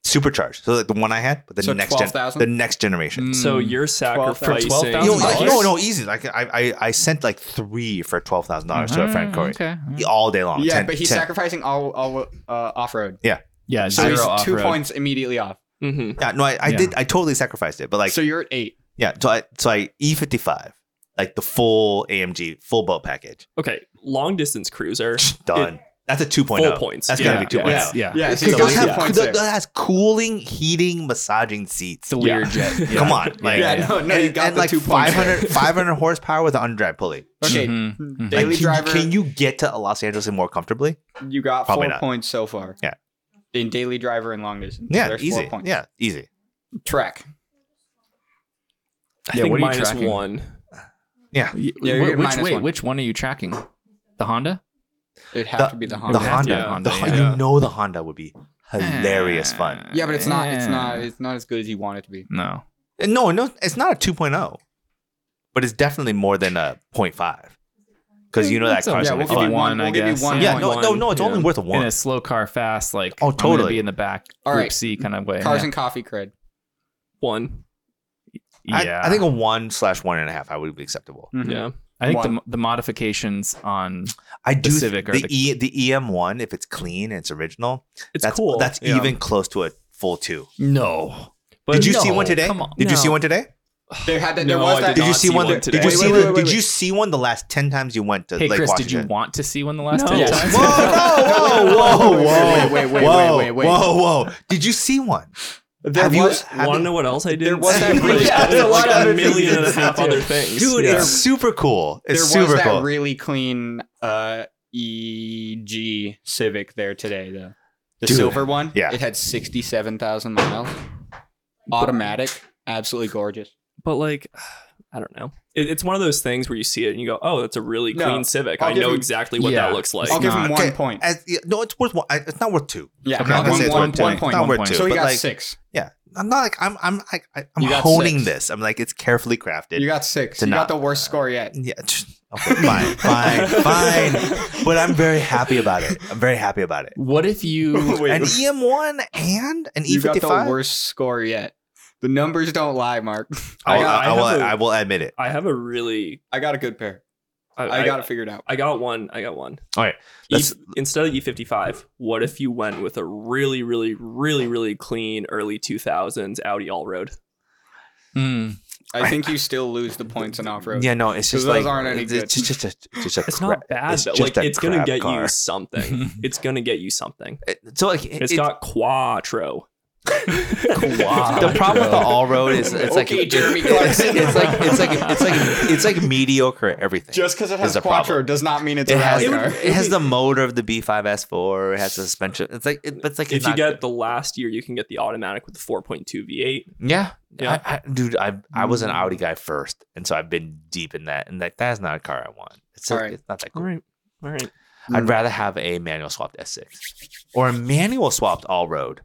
Speaker 2: Supercharged. So like the one I had, but the
Speaker 3: So
Speaker 2: next gen,
Speaker 3: 12,000?
Speaker 2: the next generation.
Speaker 4: So
Speaker 1: Mm.
Speaker 4: you're
Speaker 1: for
Speaker 4: sacrificing.
Speaker 1: $12,000?
Speaker 2: No, like,
Speaker 1: $12,000?
Speaker 2: no, no, easy. Like I, I, I sent like three for twelve thousand dollars to a friend,
Speaker 1: Ah,
Speaker 2: Corey,
Speaker 1: Okay.
Speaker 2: all day long.
Speaker 3: yeah,
Speaker 2: 10
Speaker 3: but he's
Speaker 2: 10.
Speaker 3: sacrificing all all uh, off road.
Speaker 1: Yeah.
Speaker 3: So
Speaker 1: zero
Speaker 3: he's two
Speaker 1: off-road.
Speaker 3: points immediately off.
Speaker 4: Mhm.
Speaker 2: Yeah, no, I, I
Speaker 1: Yeah.
Speaker 2: did. I totally sacrificed it, but like,
Speaker 3: so you're at eight.
Speaker 2: yeah. So I, so I E fifty five, like the full AMG, full boat package,
Speaker 4: Okay, long distance cruiser.
Speaker 2: done. That's a two
Speaker 4: Full
Speaker 2: point oh.
Speaker 4: points.
Speaker 2: That's
Speaker 4: yeah.
Speaker 2: gotta be two
Speaker 4: yeah.
Speaker 2: points.
Speaker 1: Yeah. yeah.
Speaker 3: Yeah,
Speaker 2: Because
Speaker 3: so you
Speaker 4: It does
Speaker 2: those
Speaker 3: got
Speaker 4: have-
Speaker 3: two
Speaker 2: have
Speaker 3: points
Speaker 2: th-
Speaker 3: there.
Speaker 2: that has cooling, heating, massaging seats.
Speaker 1: It's a weird
Speaker 4: Yeah.
Speaker 1: jet.
Speaker 2: Come on, like,
Speaker 3: Yeah, no, no, you
Speaker 2: and-
Speaker 3: got
Speaker 2: and
Speaker 3: the
Speaker 2: like
Speaker 3: two points there.
Speaker 2: 500, 500 horsepower with an undrive pulley.
Speaker 3: Okay,
Speaker 1: Mhm, mhm.
Speaker 3: daily
Speaker 2: Hmm. like, can,
Speaker 3: driver.
Speaker 2: can you get to Los Angeles more comfortably?
Speaker 3: You got
Speaker 2: Probably
Speaker 3: four
Speaker 2: not.
Speaker 3: points so far.
Speaker 2: Yeah.
Speaker 3: In daily driver and long distance. So
Speaker 2: Yeah,
Speaker 3: there's
Speaker 2: easy.
Speaker 3: Four points.
Speaker 2: Yeah, easy.
Speaker 3: Track.
Speaker 4: I
Speaker 1: Yeah,
Speaker 4: think
Speaker 1: what are you
Speaker 4: minus
Speaker 1: tracking?
Speaker 4: one.
Speaker 2: Yeah,
Speaker 1: Y-
Speaker 3: Yeah, you're
Speaker 1: wh-
Speaker 3: getting
Speaker 1: which
Speaker 3: minus
Speaker 1: wait,
Speaker 3: one.
Speaker 1: which one are you tracking? The Honda?
Speaker 3: It'd have
Speaker 2: The-
Speaker 3: to be the
Speaker 2: the
Speaker 3: Honda.
Speaker 1: have to
Speaker 2: Honda,
Speaker 1: be a Honda,
Speaker 2: the Hon-
Speaker 1: yeah.
Speaker 2: you know, the Honda would be hilarious fun.
Speaker 3: Yeah, but it's not. It's not.
Speaker 1: Yeah.
Speaker 3: It's not as good as you want it to be.
Speaker 1: No.
Speaker 2: And No, no, it's not a 2.0, but it's definitely more than a 0.5 because you know that
Speaker 1: It's a-
Speaker 2: car's
Speaker 1: yeah,
Speaker 2: gonna
Speaker 1: we'll
Speaker 2: be
Speaker 1: give you
Speaker 2: fun.
Speaker 1: one, I
Speaker 3: we'll give you
Speaker 1: guess.
Speaker 3: one
Speaker 2: Yeah, no,
Speaker 3: point.
Speaker 2: no, no, it's
Speaker 4: Yeah.
Speaker 2: only worth a
Speaker 1: In
Speaker 2: one.
Speaker 1: a slow car, fast, like
Speaker 2: Oh,
Speaker 1: I'm gonna
Speaker 2: totally.
Speaker 1: be in the back,
Speaker 3: All
Speaker 1: All right.
Speaker 3: right.
Speaker 1: C kind of way.
Speaker 3: Cars and coffee cred.
Speaker 4: One.
Speaker 2: I-
Speaker 1: yeah,
Speaker 2: I, think a one slash one and a half I would be acceptable.
Speaker 3: Mm-hmm.
Speaker 4: Yeah.
Speaker 1: I think the, the modifications on
Speaker 2: I do
Speaker 1: Civic or
Speaker 2: the,
Speaker 1: the-
Speaker 2: e, the EM one if it's clean and it's original.
Speaker 4: It's
Speaker 2: that's
Speaker 4: cool.
Speaker 2: That's
Speaker 4: Yeah.
Speaker 2: even close to a full two.
Speaker 1: no.
Speaker 4: But
Speaker 2: Did you
Speaker 1: no,
Speaker 2: see one today?
Speaker 1: come on.
Speaker 2: Did you see
Speaker 1: No.
Speaker 2: one today?
Speaker 3: There had that. There
Speaker 4: No,
Speaker 3: was
Speaker 4: I
Speaker 3: that.
Speaker 4: did
Speaker 2: Did you
Speaker 4: not
Speaker 2: see
Speaker 4: see
Speaker 2: one?
Speaker 4: one
Speaker 2: that-
Speaker 4: today.
Speaker 2: Did you
Speaker 3: Wait,
Speaker 2: see?
Speaker 3: wait,
Speaker 2: the-
Speaker 3: wait, wait,
Speaker 2: Did
Speaker 3: wait.
Speaker 2: you see one the last ten times you went to
Speaker 1: Hey
Speaker 2: Lake
Speaker 1: Chris, did
Speaker 2: Washington?
Speaker 1: you want to see one the last
Speaker 4: No.
Speaker 1: ten
Speaker 4: Yes.
Speaker 1: times?
Speaker 2: Whoa, whoa, whoa, whoa, whoa,
Speaker 3: Wait, wait, wait, wait,
Speaker 2: whoa,
Speaker 3: wait, wait.
Speaker 2: whoa, whoa. Did you see one?
Speaker 3: There
Speaker 2: Have you-
Speaker 3: was.
Speaker 2: have
Speaker 4: Want to
Speaker 2: you-
Speaker 4: know what else I did?
Speaker 3: There was that really-
Speaker 4: like,
Speaker 3: there's a lot of
Speaker 4: like a
Speaker 3: other things
Speaker 4: million and a
Speaker 3: to
Speaker 4: half
Speaker 3: do.
Speaker 4: other things.
Speaker 3: Dude,
Speaker 4: yeah.
Speaker 2: It's super cool.
Speaker 3: There
Speaker 2: It's
Speaker 3: was
Speaker 2: super
Speaker 3: that
Speaker 2: cool.
Speaker 3: really clean uh, EG Civic there today though. The
Speaker 2: Dude.
Speaker 3: silver one.
Speaker 2: Yeah.
Speaker 3: It had sixty-seven thousand miles. Automatic. Absolutely gorgeous.
Speaker 4: but like, I don't know. It, it's one of those things where you see it and you go, "Oh, that's a really
Speaker 3: No.
Speaker 4: clean Civic.
Speaker 3: I'll
Speaker 4: i
Speaker 3: give
Speaker 4: know
Speaker 3: him-
Speaker 4: exactly what
Speaker 1: Yeah.
Speaker 4: that looks like."
Speaker 3: I'll give him
Speaker 1: not-
Speaker 3: one
Speaker 2: okay.
Speaker 3: point.
Speaker 2: As, yeah, no, it's worth one. I, it's not worth two.
Speaker 3: Yeah,
Speaker 2: I'm not
Speaker 3: I'll
Speaker 2: gonna say
Speaker 3: give
Speaker 2: it's
Speaker 3: him one
Speaker 2: worth two.
Speaker 3: point.
Speaker 2: It's not
Speaker 1: one
Speaker 2: worth
Speaker 1: point.
Speaker 2: two.
Speaker 3: So you
Speaker 2: but
Speaker 3: got
Speaker 2: like,
Speaker 3: six.
Speaker 2: yeah, I'm not like I'm I'm I, I, I'm
Speaker 3: You got
Speaker 2: honing
Speaker 3: six.
Speaker 2: this. I'm like it's carefully crafted.
Speaker 3: You got six.
Speaker 2: to
Speaker 3: You
Speaker 2: not-
Speaker 3: got the worst score yet.
Speaker 2: yeah, tch, okay, fine, fine, fine. But I'm very happy about it. I'm very happy about it.
Speaker 1: What if you?
Speaker 2: an EM one and an E
Speaker 3: You got
Speaker 2: fifty
Speaker 3: the
Speaker 2: five.
Speaker 3: worst score yet. The numbers don't lie, Mark.
Speaker 2: I, will-
Speaker 4: I got-
Speaker 2: I
Speaker 4: I
Speaker 2: will
Speaker 4: have a-
Speaker 2: I will admit it.
Speaker 4: I have a really.
Speaker 3: I got a good pair.
Speaker 4: I,
Speaker 3: I,
Speaker 4: I
Speaker 3: got it figured out.
Speaker 4: I got one. I got one.
Speaker 2: All right,
Speaker 4: E-
Speaker 2: let's-
Speaker 4: instead of E55, what if you went with a really, really, really, really clean early 2000s Audi Allroad?
Speaker 1: Mm.
Speaker 3: I think you still lose the points in off road.
Speaker 2: Yeah, no, it's just
Speaker 3: those
Speaker 2: like
Speaker 3: aren't any
Speaker 2: it's
Speaker 3: good.
Speaker 2: just just a, just a
Speaker 4: It's
Speaker 2: crap-
Speaker 4: not bad,
Speaker 2: it's
Speaker 4: though.
Speaker 2: just
Speaker 4: Like,
Speaker 2: a
Speaker 4: it's gonna
Speaker 2: crap
Speaker 4: get
Speaker 2: car.
Speaker 4: you
Speaker 1: hmm.
Speaker 4: something. it's gonna get you something.
Speaker 2: It- So like it,
Speaker 4: It's
Speaker 2: it-
Speaker 4: got Quattro.
Speaker 2: the problem with the all road is it's like
Speaker 3: Okay, Jeremy Clarkson.
Speaker 2: it's like it's like it's like it's like mediocre at everything.
Speaker 3: Just because it
Speaker 2: has
Speaker 3: has
Speaker 2: a problem.
Speaker 3: Quattro does not mean it's
Speaker 2: it
Speaker 3: a
Speaker 2: has
Speaker 3: rally
Speaker 2: it,
Speaker 3: car.
Speaker 2: has the motor of the B5S4. It has the suspension. It's like it, but it's like it's
Speaker 4: if you
Speaker 2: not
Speaker 4: get
Speaker 2: good.
Speaker 4: the last year, you can get the automatic with the 4.2 V8.
Speaker 2: yeah,
Speaker 4: Yeah.
Speaker 2: I, I, dude, I I was an Audi guy first, and so I've been deep in that, and like that's not a car I want. It's,
Speaker 3: All right.
Speaker 2: it's not that cool.
Speaker 4: All right, all right.
Speaker 2: I'd rather have a manual swapped S6 or a manual swapped all road.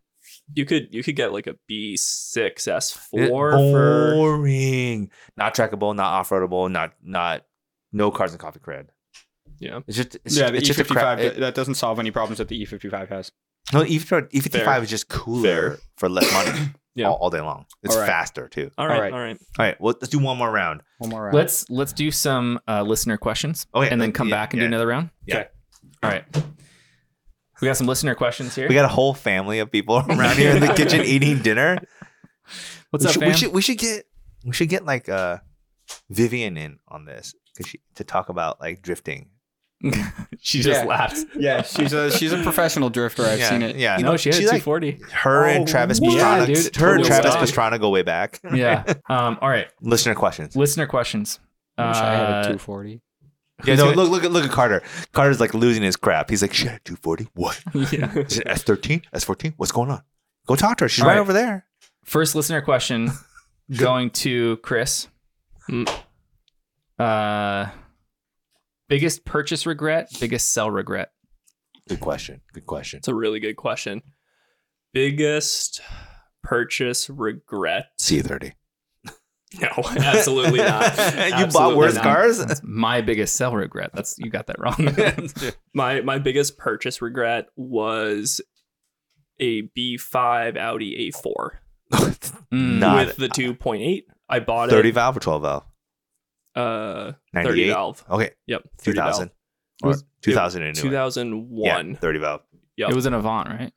Speaker 4: You could you could get like a B6
Speaker 2: It-
Speaker 4: S4 for
Speaker 2: boring, not trackable, not off roadable, not not no cars and coffee cred.
Speaker 4: Yeah.
Speaker 2: it's just it's,
Speaker 3: yeah,
Speaker 2: yeah,
Speaker 3: the E
Speaker 2: it's just a
Speaker 3: E55
Speaker 2: crap.
Speaker 3: d- that doesn't solve any problems that the E55 has.
Speaker 2: No, E fifty-five
Speaker 4: Fair.
Speaker 2: is just cooler for less money.
Speaker 4: Yeah.
Speaker 2: all, all day long. It's
Speaker 3: All right.
Speaker 2: faster too.
Speaker 4: all right, all
Speaker 3: All right.
Speaker 4: right.
Speaker 2: All right, well, let's do one more round.
Speaker 3: One more round.
Speaker 1: Let's let's do some uh, listener questions
Speaker 2: Okay,
Speaker 1: and then
Speaker 2: let-
Speaker 1: come
Speaker 2: yeah,
Speaker 1: back and
Speaker 2: yeah.
Speaker 1: do another round.
Speaker 2: Yeah.
Speaker 1: Okay. All right. We got some listener questions here.
Speaker 2: We got a whole family of people around here in the kitchen eating dinner.
Speaker 1: What's
Speaker 2: we
Speaker 1: up,
Speaker 2: should,
Speaker 1: fam?
Speaker 2: we should we should get we should get like uh Vivian in on this 'cause she, to talk about like drifting.
Speaker 1: she just
Speaker 3: Yeah.
Speaker 1: laughs.
Speaker 3: yeah, she's a she's a professional drifter. I've
Speaker 2: yeah,
Speaker 3: seen it.
Speaker 2: Yeah,
Speaker 1: No, she had
Speaker 2: She,
Speaker 1: a
Speaker 2: like,
Speaker 1: 240.
Speaker 2: her
Speaker 1: Oh,
Speaker 2: and Travis
Speaker 1: what? Yeah,
Speaker 2: Pastrana.
Speaker 1: dude,
Speaker 2: her and
Speaker 1: totally
Speaker 2: Travis
Speaker 1: stop.
Speaker 2: Pastrana go way back.
Speaker 1: yeah. Um. All right.
Speaker 2: Listener questions.
Speaker 1: Listener questions.
Speaker 3: I wish I had a
Speaker 1: Uh,
Speaker 3: 240.
Speaker 2: Yeah,
Speaker 1: who's
Speaker 2: no,
Speaker 1: gonna-
Speaker 2: look look at look at Carter. Carter's like losing his crap. He's like, she had two forty. What?
Speaker 1: yeah.
Speaker 2: Is it S thirteen? S fourteen? What's going on? Go talk to her. She's
Speaker 1: All
Speaker 2: right,
Speaker 1: right.
Speaker 2: over there.
Speaker 1: First listener question going to Chris.
Speaker 4: Mm.
Speaker 1: Uh, biggest purchase regret, biggest sell regret.
Speaker 2: Good question. Good question.
Speaker 4: It's a really good question. Biggest purchase regret?
Speaker 2: C30.
Speaker 4: No, absolutely not.
Speaker 2: you bought
Speaker 4: Absolutely
Speaker 2: worse
Speaker 4: not.
Speaker 2: cars?
Speaker 1: That's my biggest sell regret. That's you got that wrong.
Speaker 4: My my biggest purchase regret was a B5 Audi A4
Speaker 1: Mm.
Speaker 2: Not-
Speaker 4: with the 2.8. I bought
Speaker 2: 30
Speaker 4: it
Speaker 2: valve or 12 valve?
Speaker 4: uh 30
Speaker 2: 98.
Speaker 4: valve.
Speaker 2: Okay.
Speaker 4: Yep, 30 valve.
Speaker 2: 2000. Or
Speaker 1: Was-
Speaker 2: 2000 and newer.
Speaker 4: 2001.
Speaker 2: Yeah, 30 valve.
Speaker 4: Yep.
Speaker 1: It was an Avant, right?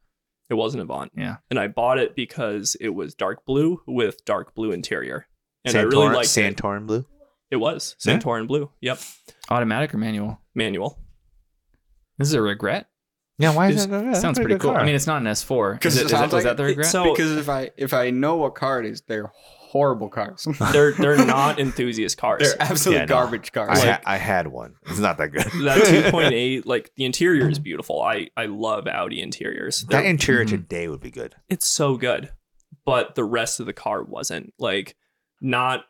Speaker 4: It wasn't Avant.
Speaker 1: Yeah.
Speaker 4: And I bought it because it was dark blue with dark blue interior. And I
Speaker 2: Santorin,
Speaker 4: really liked it.
Speaker 2: Santorin blue.
Speaker 4: It was
Speaker 2: Yeah.
Speaker 4: Santorin blue. Yep.
Speaker 1: Automatic or manual?
Speaker 4: Manual.
Speaker 1: This is a regret.
Speaker 2: Yeah, why
Speaker 1: It's-
Speaker 2: is that?
Speaker 1: Sounds pretty cool. I mean, it's not an S4.
Speaker 3: 'Cause
Speaker 1: Is
Speaker 3: it
Speaker 1: it, is
Speaker 3: sounds
Speaker 1: it, was
Speaker 3: like
Speaker 1: that the
Speaker 4: it-
Speaker 1: regret?
Speaker 4: so-
Speaker 3: because if I if I know what car it is, they're horrible cars.
Speaker 4: They're they're not enthusiast cars.
Speaker 3: they're absolute
Speaker 2: Yeah, no.
Speaker 3: garbage
Speaker 2: I,
Speaker 3: cars.
Speaker 2: ha-
Speaker 4: like-
Speaker 2: I had one. It's not that good.
Speaker 4: that 2.8 like the interior is beautiful. I I love Audi interiors.
Speaker 2: that
Speaker 4: They're-
Speaker 2: interior
Speaker 1: Mhm.
Speaker 2: today would be good.
Speaker 4: it's so good. But the rest of the car wasn't like not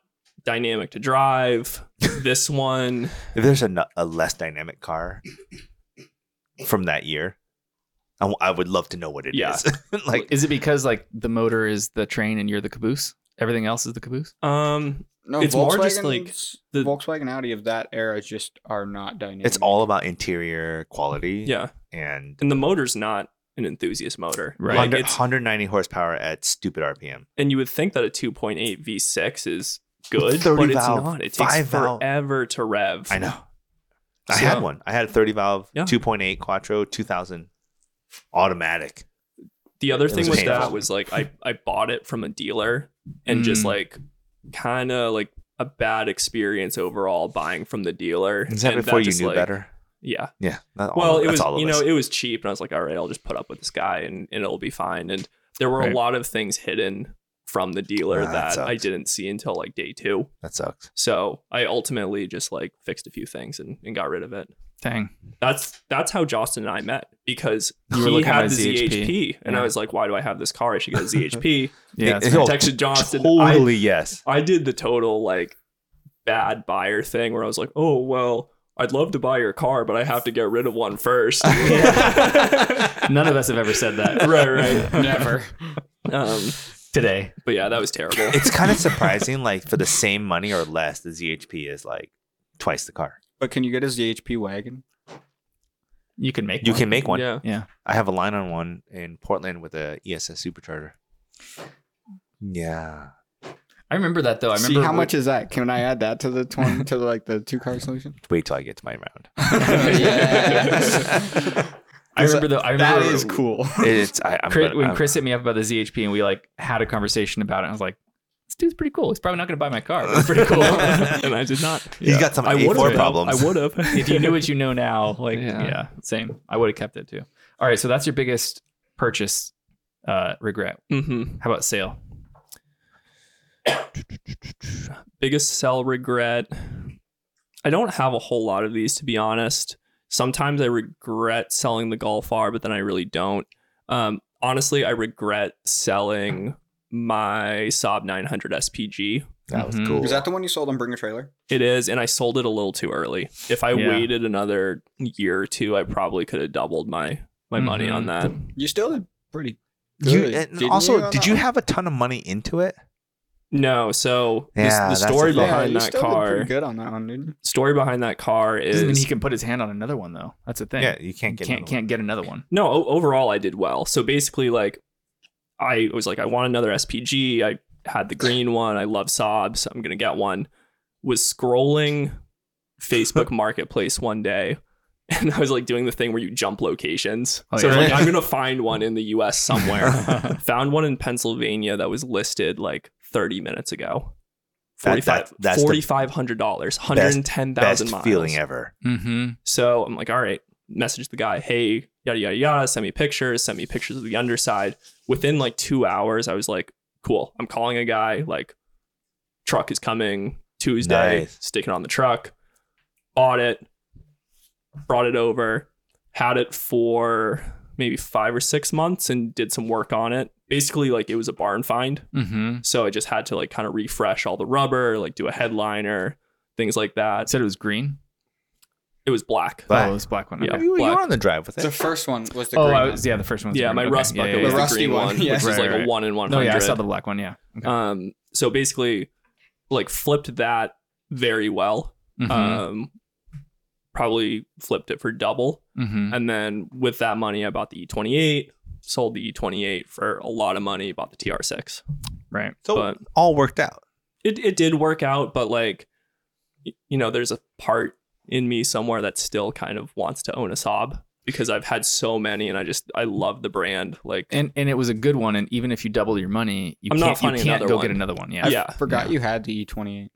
Speaker 4: dynamic to drive. This one
Speaker 2: If there's a, n- a less dynamic car from that year, I, w- I would love to know what it is.
Speaker 4: Yeah.
Speaker 2: like,
Speaker 1: is it because like the motor is the train and you're the caboose? Everything else is the caboose.
Speaker 4: um
Speaker 3: no,
Speaker 4: It's more just
Speaker 3: Volkswagens-
Speaker 4: the-
Speaker 3: Volkswagen Audi of that era just are not dynamic.
Speaker 2: it's all about interior quality.
Speaker 4: yeah,
Speaker 2: And
Speaker 4: and the motor's not an enthusiast motor.
Speaker 1: Right.
Speaker 4: Like,
Speaker 2: 100
Speaker 4: it's
Speaker 2: 190 horsepower at stupid RPM.
Speaker 4: and you would think that a 2.8 V6 is good,
Speaker 2: 30
Speaker 4: but it's
Speaker 2: valve,
Speaker 4: not. It takes
Speaker 2: five valve.
Speaker 4: forever to rev.
Speaker 2: I know. I had
Speaker 4: So-
Speaker 2: one. I had a 30 valve,
Speaker 4: Yeah.
Speaker 2: 2.8 Quattro, 2000 automatic.
Speaker 4: The other
Speaker 2: It
Speaker 4: thing
Speaker 2: was
Speaker 4: with that
Speaker 2: painful.
Speaker 4: was like I I bought it from a dealer and just
Speaker 1: Mm.
Speaker 4: like kind of like a bad experience overall buying from the dealer.
Speaker 2: Is that
Speaker 4: And
Speaker 2: before you
Speaker 4: just,
Speaker 2: knew
Speaker 4: like-
Speaker 2: better?
Speaker 4: Yeah.
Speaker 2: Yeah. not all-
Speaker 4: well it
Speaker 2: that's
Speaker 4: was
Speaker 2: all of
Speaker 4: you know
Speaker 2: us.
Speaker 4: it was cheap and i was like all right i'll just put up with this guy and, and it'll be fine and there were
Speaker 1: Right.
Speaker 4: a lot of things hidden from the dealer
Speaker 2: Ah, that
Speaker 4: that, i
Speaker 2: sucks.
Speaker 4: didn't see until like day two
Speaker 2: that sucks.
Speaker 4: so i ultimately just like fixed a few things and, and got rid of it
Speaker 1: Dang.
Speaker 4: that's that's how justin and i met because
Speaker 1: You were
Speaker 4: he
Speaker 1: looking at
Speaker 4: had
Speaker 1: a
Speaker 4: the zhp,
Speaker 1: ZHP.
Speaker 4: and i
Speaker 1: Yeah.
Speaker 4: was like why do i have this car i should get a zhp
Speaker 1: Yeah.
Speaker 2: It-
Speaker 1: that's
Speaker 2: it-
Speaker 4: i
Speaker 1: right.
Speaker 2: oh,
Speaker 4: texted justin I,
Speaker 2: Totally yes.
Speaker 4: I did the total like bad buyer thing where I was like, oh well, I'd love to buy your car, but I have to get rid of one first. right,
Speaker 1: None of us have ever said that.
Speaker 4: right.
Speaker 3: never.
Speaker 4: Um,
Speaker 1: Today.
Speaker 4: but yeah, that was terrible.
Speaker 2: it's kind of surprising. Like for the same money or less, the ZHP is like twice the car.
Speaker 3: But can you get a ZHP wagon?
Speaker 1: You can make
Speaker 2: You
Speaker 1: one.
Speaker 2: can make one.
Speaker 4: Yeah.
Speaker 2: I have a line on one in Portland with a ESS supercharger. Yeah,
Speaker 1: I remember that though. I remember
Speaker 3: See how
Speaker 1: we-
Speaker 3: much is that? Can I add that to the twenty to like the two car solution?
Speaker 2: wait till I get to my round.
Speaker 3: Yeah.
Speaker 1: I remember though I
Speaker 3: that
Speaker 1: remember
Speaker 3: is cool.
Speaker 2: It's I, I'm
Speaker 1: Chris,
Speaker 2: gonna-
Speaker 1: when
Speaker 2: I'm-
Speaker 1: Chris hit me up about the ZHP and we like had a conversation about it, I was like, "This dude's pretty cool. He's probably not going to buy my car, but it's pretty cool."
Speaker 4: and I did not.
Speaker 2: He's got some
Speaker 4: I
Speaker 2: A4
Speaker 4: would have
Speaker 2: problems.
Speaker 4: I would have.
Speaker 1: if you knew what you know now, like yeah,
Speaker 4: Yeah.
Speaker 1: same. I would have kept it too. All right, so that's your biggest purchase uh, regret.
Speaker 4: hmm
Speaker 1: How about sale?
Speaker 4: Biggest sell regret. I don't have a whole lot of these to be honest. Sometimes I regret selling the Golf R, but then I really don't. Um, honestly, I regret selling my Saab 900 SPG.
Speaker 2: that was
Speaker 1: Mhm.
Speaker 2: cool.
Speaker 3: Was that the one you sold on Bring a Trailer?
Speaker 4: It is, and I sold it a little too early. If I
Speaker 1: Yeah.
Speaker 4: waited another year or two, I probably could have doubled my my money
Speaker 1: Mhm.
Speaker 4: on that.
Speaker 3: You still did pretty good.
Speaker 2: you, and
Speaker 3: didn't
Speaker 2: also,
Speaker 3: on
Speaker 2: did
Speaker 3: that
Speaker 2: you
Speaker 3: one?
Speaker 2: have a ton of money into it?
Speaker 4: No, so the-
Speaker 2: Yeah,
Speaker 4: the
Speaker 2: that's a
Speaker 4: story
Speaker 2: flaw.
Speaker 3: yeah,
Speaker 4: behind
Speaker 3: you
Speaker 4: that
Speaker 3: still Did
Speaker 4: car,
Speaker 3: pretty good on that one, dude.
Speaker 4: story behind that car
Speaker 1: Doesn't mean
Speaker 4: is
Speaker 1: he can put his hand on another one though. That's the thing.
Speaker 2: Yeah, you can't get
Speaker 1: can't
Speaker 2: another
Speaker 1: can't get another one.
Speaker 4: no o- overall i did well so basically like i was like i want another spg i had the green one i love saab so i'm gonna get one was scrolling facebook marketplace one day and i was like doing the thing where you jump locations
Speaker 1: Oh,
Speaker 4: so I was
Speaker 1: yeah.
Speaker 4: like i'm gonna find one in the us somewhere found one in pennsylvania that was listed like 30 minutes ago
Speaker 2: That- that-
Speaker 4: 45
Speaker 2: that's the
Speaker 4: $4500
Speaker 2: one. Best
Speaker 4: 110000 miles
Speaker 2: feeling ever.
Speaker 1: Mm-hmm.
Speaker 4: so I'm like, all right, message the guy, hey, yada, yada, yada, send me pictures, send me pictures of the underside. Within like two hours, I was like, cool, I'm calling a guy, like, truck is coming Tuesday,
Speaker 2: Nice.
Speaker 4: stick it on the truck, bought it, brought it over, had it for maybe five or six months and did some work on it. Basically, like it was a barn find.
Speaker 1: Mm-hmm.
Speaker 4: So I just had to like kind of refresh all the rubber, like do a headliner, things like
Speaker 1: I
Speaker 4: that.
Speaker 1: said it was green.
Speaker 4: It was black.
Speaker 1: Oh, it
Speaker 2: Black.
Speaker 1: was black one.
Speaker 4: Yeah.
Speaker 1: Okay.
Speaker 2: you, you
Speaker 4: black.
Speaker 2: were on the drive with
Speaker 3: The
Speaker 2: it.
Speaker 3: first one was the
Speaker 1: oh,
Speaker 3: green
Speaker 1: I
Speaker 3: one.
Speaker 1: was, yeah, the first one.
Speaker 4: yeah, my rust bucket
Speaker 3: yeah.
Speaker 4: was the
Speaker 3: The rusty
Speaker 4: green
Speaker 3: one,
Speaker 4: one,
Speaker 3: yeah.
Speaker 4: which was
Speaker 1: Right,
Speaker 4: like
Speaker 1: right.
Speaker 4: a one in one
Speaker 1: No,
Speaker 4: hundred.
Speaker 1: yeah, I saw the black one. Yeah. Okay.
Speaker 4: Um, so basically, like flipped that very well.
Speaker 2: Mm-hmm,
Speaker 1: Mhm.
Speaker 4: Um, probably flipped it for double,
Speaker 2: mm-hmm.
Speaker 1: Mhm.
Speaker 4: and then with that money, I bought the E28. Sold the E28 for a lot of money. Bought the TR6,
Speaker 1: Right.
Speaker 2: So
Speaker 4: but
Speaker 2: all worked out.
Speaker 4: it it did work out. But like, y- you know, there's a part in me somewhere that still kind of wants to own a Saab because I've had so many, and I just I love the brand. Like,
Speaker 1: And and it was a good one. And even if you double your money, you
Speaker 4: I'm not
Speaker 1: can't, you
Speaker 4: finding
Speaker 1: can't
Speaker 4: another
Speaker 1: go
Speaker 4: one.
Speaker 1: get another one. Yeah.
Speaker 3: I
Speaker 4: yeah.
Speaker 3: forgot you had the E E28.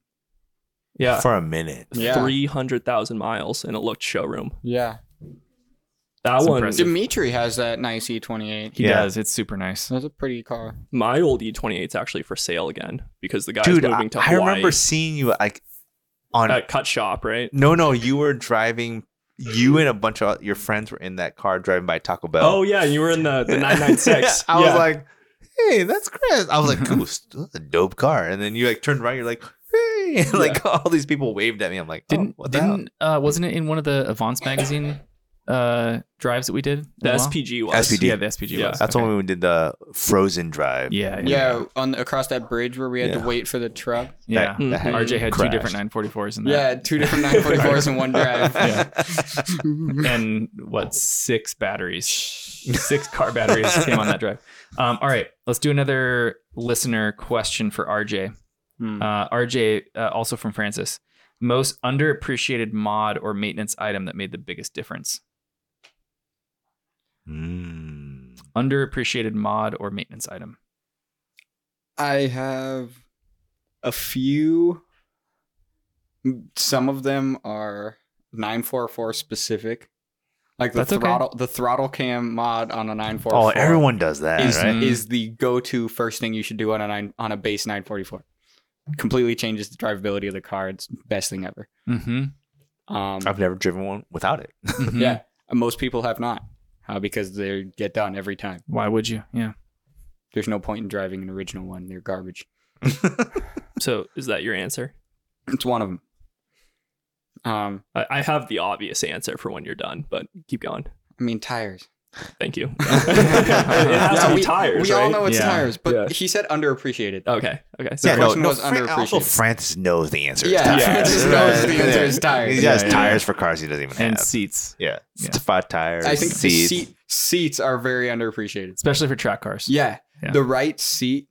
Speaker 4: yeah,
Speaker 2: For a minute.
Speaker 3: Yeah.
Speaker 4: three hundred thousand miles, and it looked showroom.
Speaker 3: Yeah.
Speaker 4: That
Speaker 1: That's
Speaker 4: one,
Speaker 1: impressive.
Speaker 3: Dimitri has that nice E E28.
Speaker 1: He
Speaker 2: Yeah. Oh,
Speaker 1: does. It's super nice.
Speaker 3: That's a pretty car.
Speaker 4: my old E28 is actually for sale again because the guy's
Speaker 2: Dude, I,
Speaker 4: moving to
Speaker 2: I
Speaker 4: Hawaii.
Speaker 2: remember seeing you like on
Speaker 4: at Cut Shop, right?
Speaker 2: No, no, you were driving. You and a bunch of your friends were in that car driving by Taco Bell.
Speaker 4: Oh yeah, you were in the the 996.
Speaker 2: I
Speaker 4: Yeah.
Speaker 2: was like, "Hey, that's Chris." I was like, "Goose, that's a dope car." And then you like turned around, you're like, "Hey!" And, like all these people waved at me. I'm like,
Speaker 1: Didn't
Speaker 2: oh, what the hell?"
Speaker 1: didn't uh, wasn't it in one of the Avance magazine uh drives that we did? as
Speaker 4: the
Speaker 1: well?
Speaker 4: SPG was.
Speaker 2: SPD.
Speaker 1: Yeah, the SPG
Speaker 4: Yeah.
Speaker 1: was.
Speaker 2: That's
Speaker 1: okay.
Speaker 2: when we did the Frozen Drive.
Speaker 1: Yeah. Yeah.
Speaker 3: Yeah, on across that bridge where we had
Speaker 2: Yeah.
Speaker 3: to wait for the truck.
Speaker 1: yeah.
Speaker 4: Mm.
Speaker 2: That had
Speaker 1: RJ had
Speaker 2: crashed.
Speaker 1: two different 944s in
Speaker 3: Yeah,
Speaker 1: that.
Speaker 3: two different 944s in one drive.
Speaker 1: And what six batteries? Six car batteries came on that drive. Um, all right, let's do another listener question for RJ.
Speaker 3: Hmm.
Speaker 1: Uh, RJ, uh, also from Francis, most underappreciated mod or maintenance item that made the biggest difference.
Speaker 2: Mm.
Speaker 1: Underappreciated mod or maintenance item.
Speaker 3: I have a few. Some of them are 944 specific. Like the
Speaker 1: That's okay.
Speaker 3: throttle the throttle cam mod on a 944.
Speaker 2: Oh, everyone does that,
Speaker 3: is,
Speaker 2: right?
Speaker 3: is the go-to first thing you should do on a nine, on a base 944. Completely changes the drivability of the car. It's the best thing ever.
Speaker 1: Mm-hmm.
Speaker 3: Um,
Speaker 2: I've hmm. never driven one without it.
Speaker 3: yeah, most people have not uh, because they get done every time.
Speaker 1: Why would you? Yeah.
Speaker 3: There's no point in driving an original one. They're garbage.
Speaker 4: So is that your answer?
Speaker 3: It's one of them. Um,
Speaker 4: I, I have the obvious answer for when you're done, but keep going.
Speaker 3: I mean tires.
Speaker 4: Thank you. it has
Speaker 3: Yeah,
Speaker 4: to be
Speaker 3: we,
Speaker 4: tires,
Speaker 3: we all
Speaker 4: right?
Speaker 3: know it's
Speaker 1: Yeah.
Speaker 3: tires, but
Speaker 4: Yeah.
Speaker 3: he said underappreciated.
Speaker 4: Okay. Okay. So
Speaker 2: yeah, no,
Speaker 3: question
Speaker 2: no.
Speaker 3: was
Speaker 2: Fran- also,
Speaker 3: underappreciated.
Speaker 2: Francis knows the answer. is
Speaker 3: Yeah,
Speaker 2: tires.
Speaker 3: Francis knows the answer is tires.
Speaker 2: He
Speaker 1: Yeah,
Speaker 2: has
Speaker 1: yeah,
Speaker 2: tires for cars he doesn't even
Speaker 1: And
Speaker 2: have.
Speaker 1: seats,
Speaker 2: yeah,
Speaker 1: Yeah.
Speaker 2: It's five tires.
Speaker 3: I think the
Speaker 2: seats.
Speaker 3: seat, seats are very underappreciated.
Speaker 1: especially for track cars.
Speaker 3: Yeah,
Speaker 1: Yeah.
Speaker 3: the right seat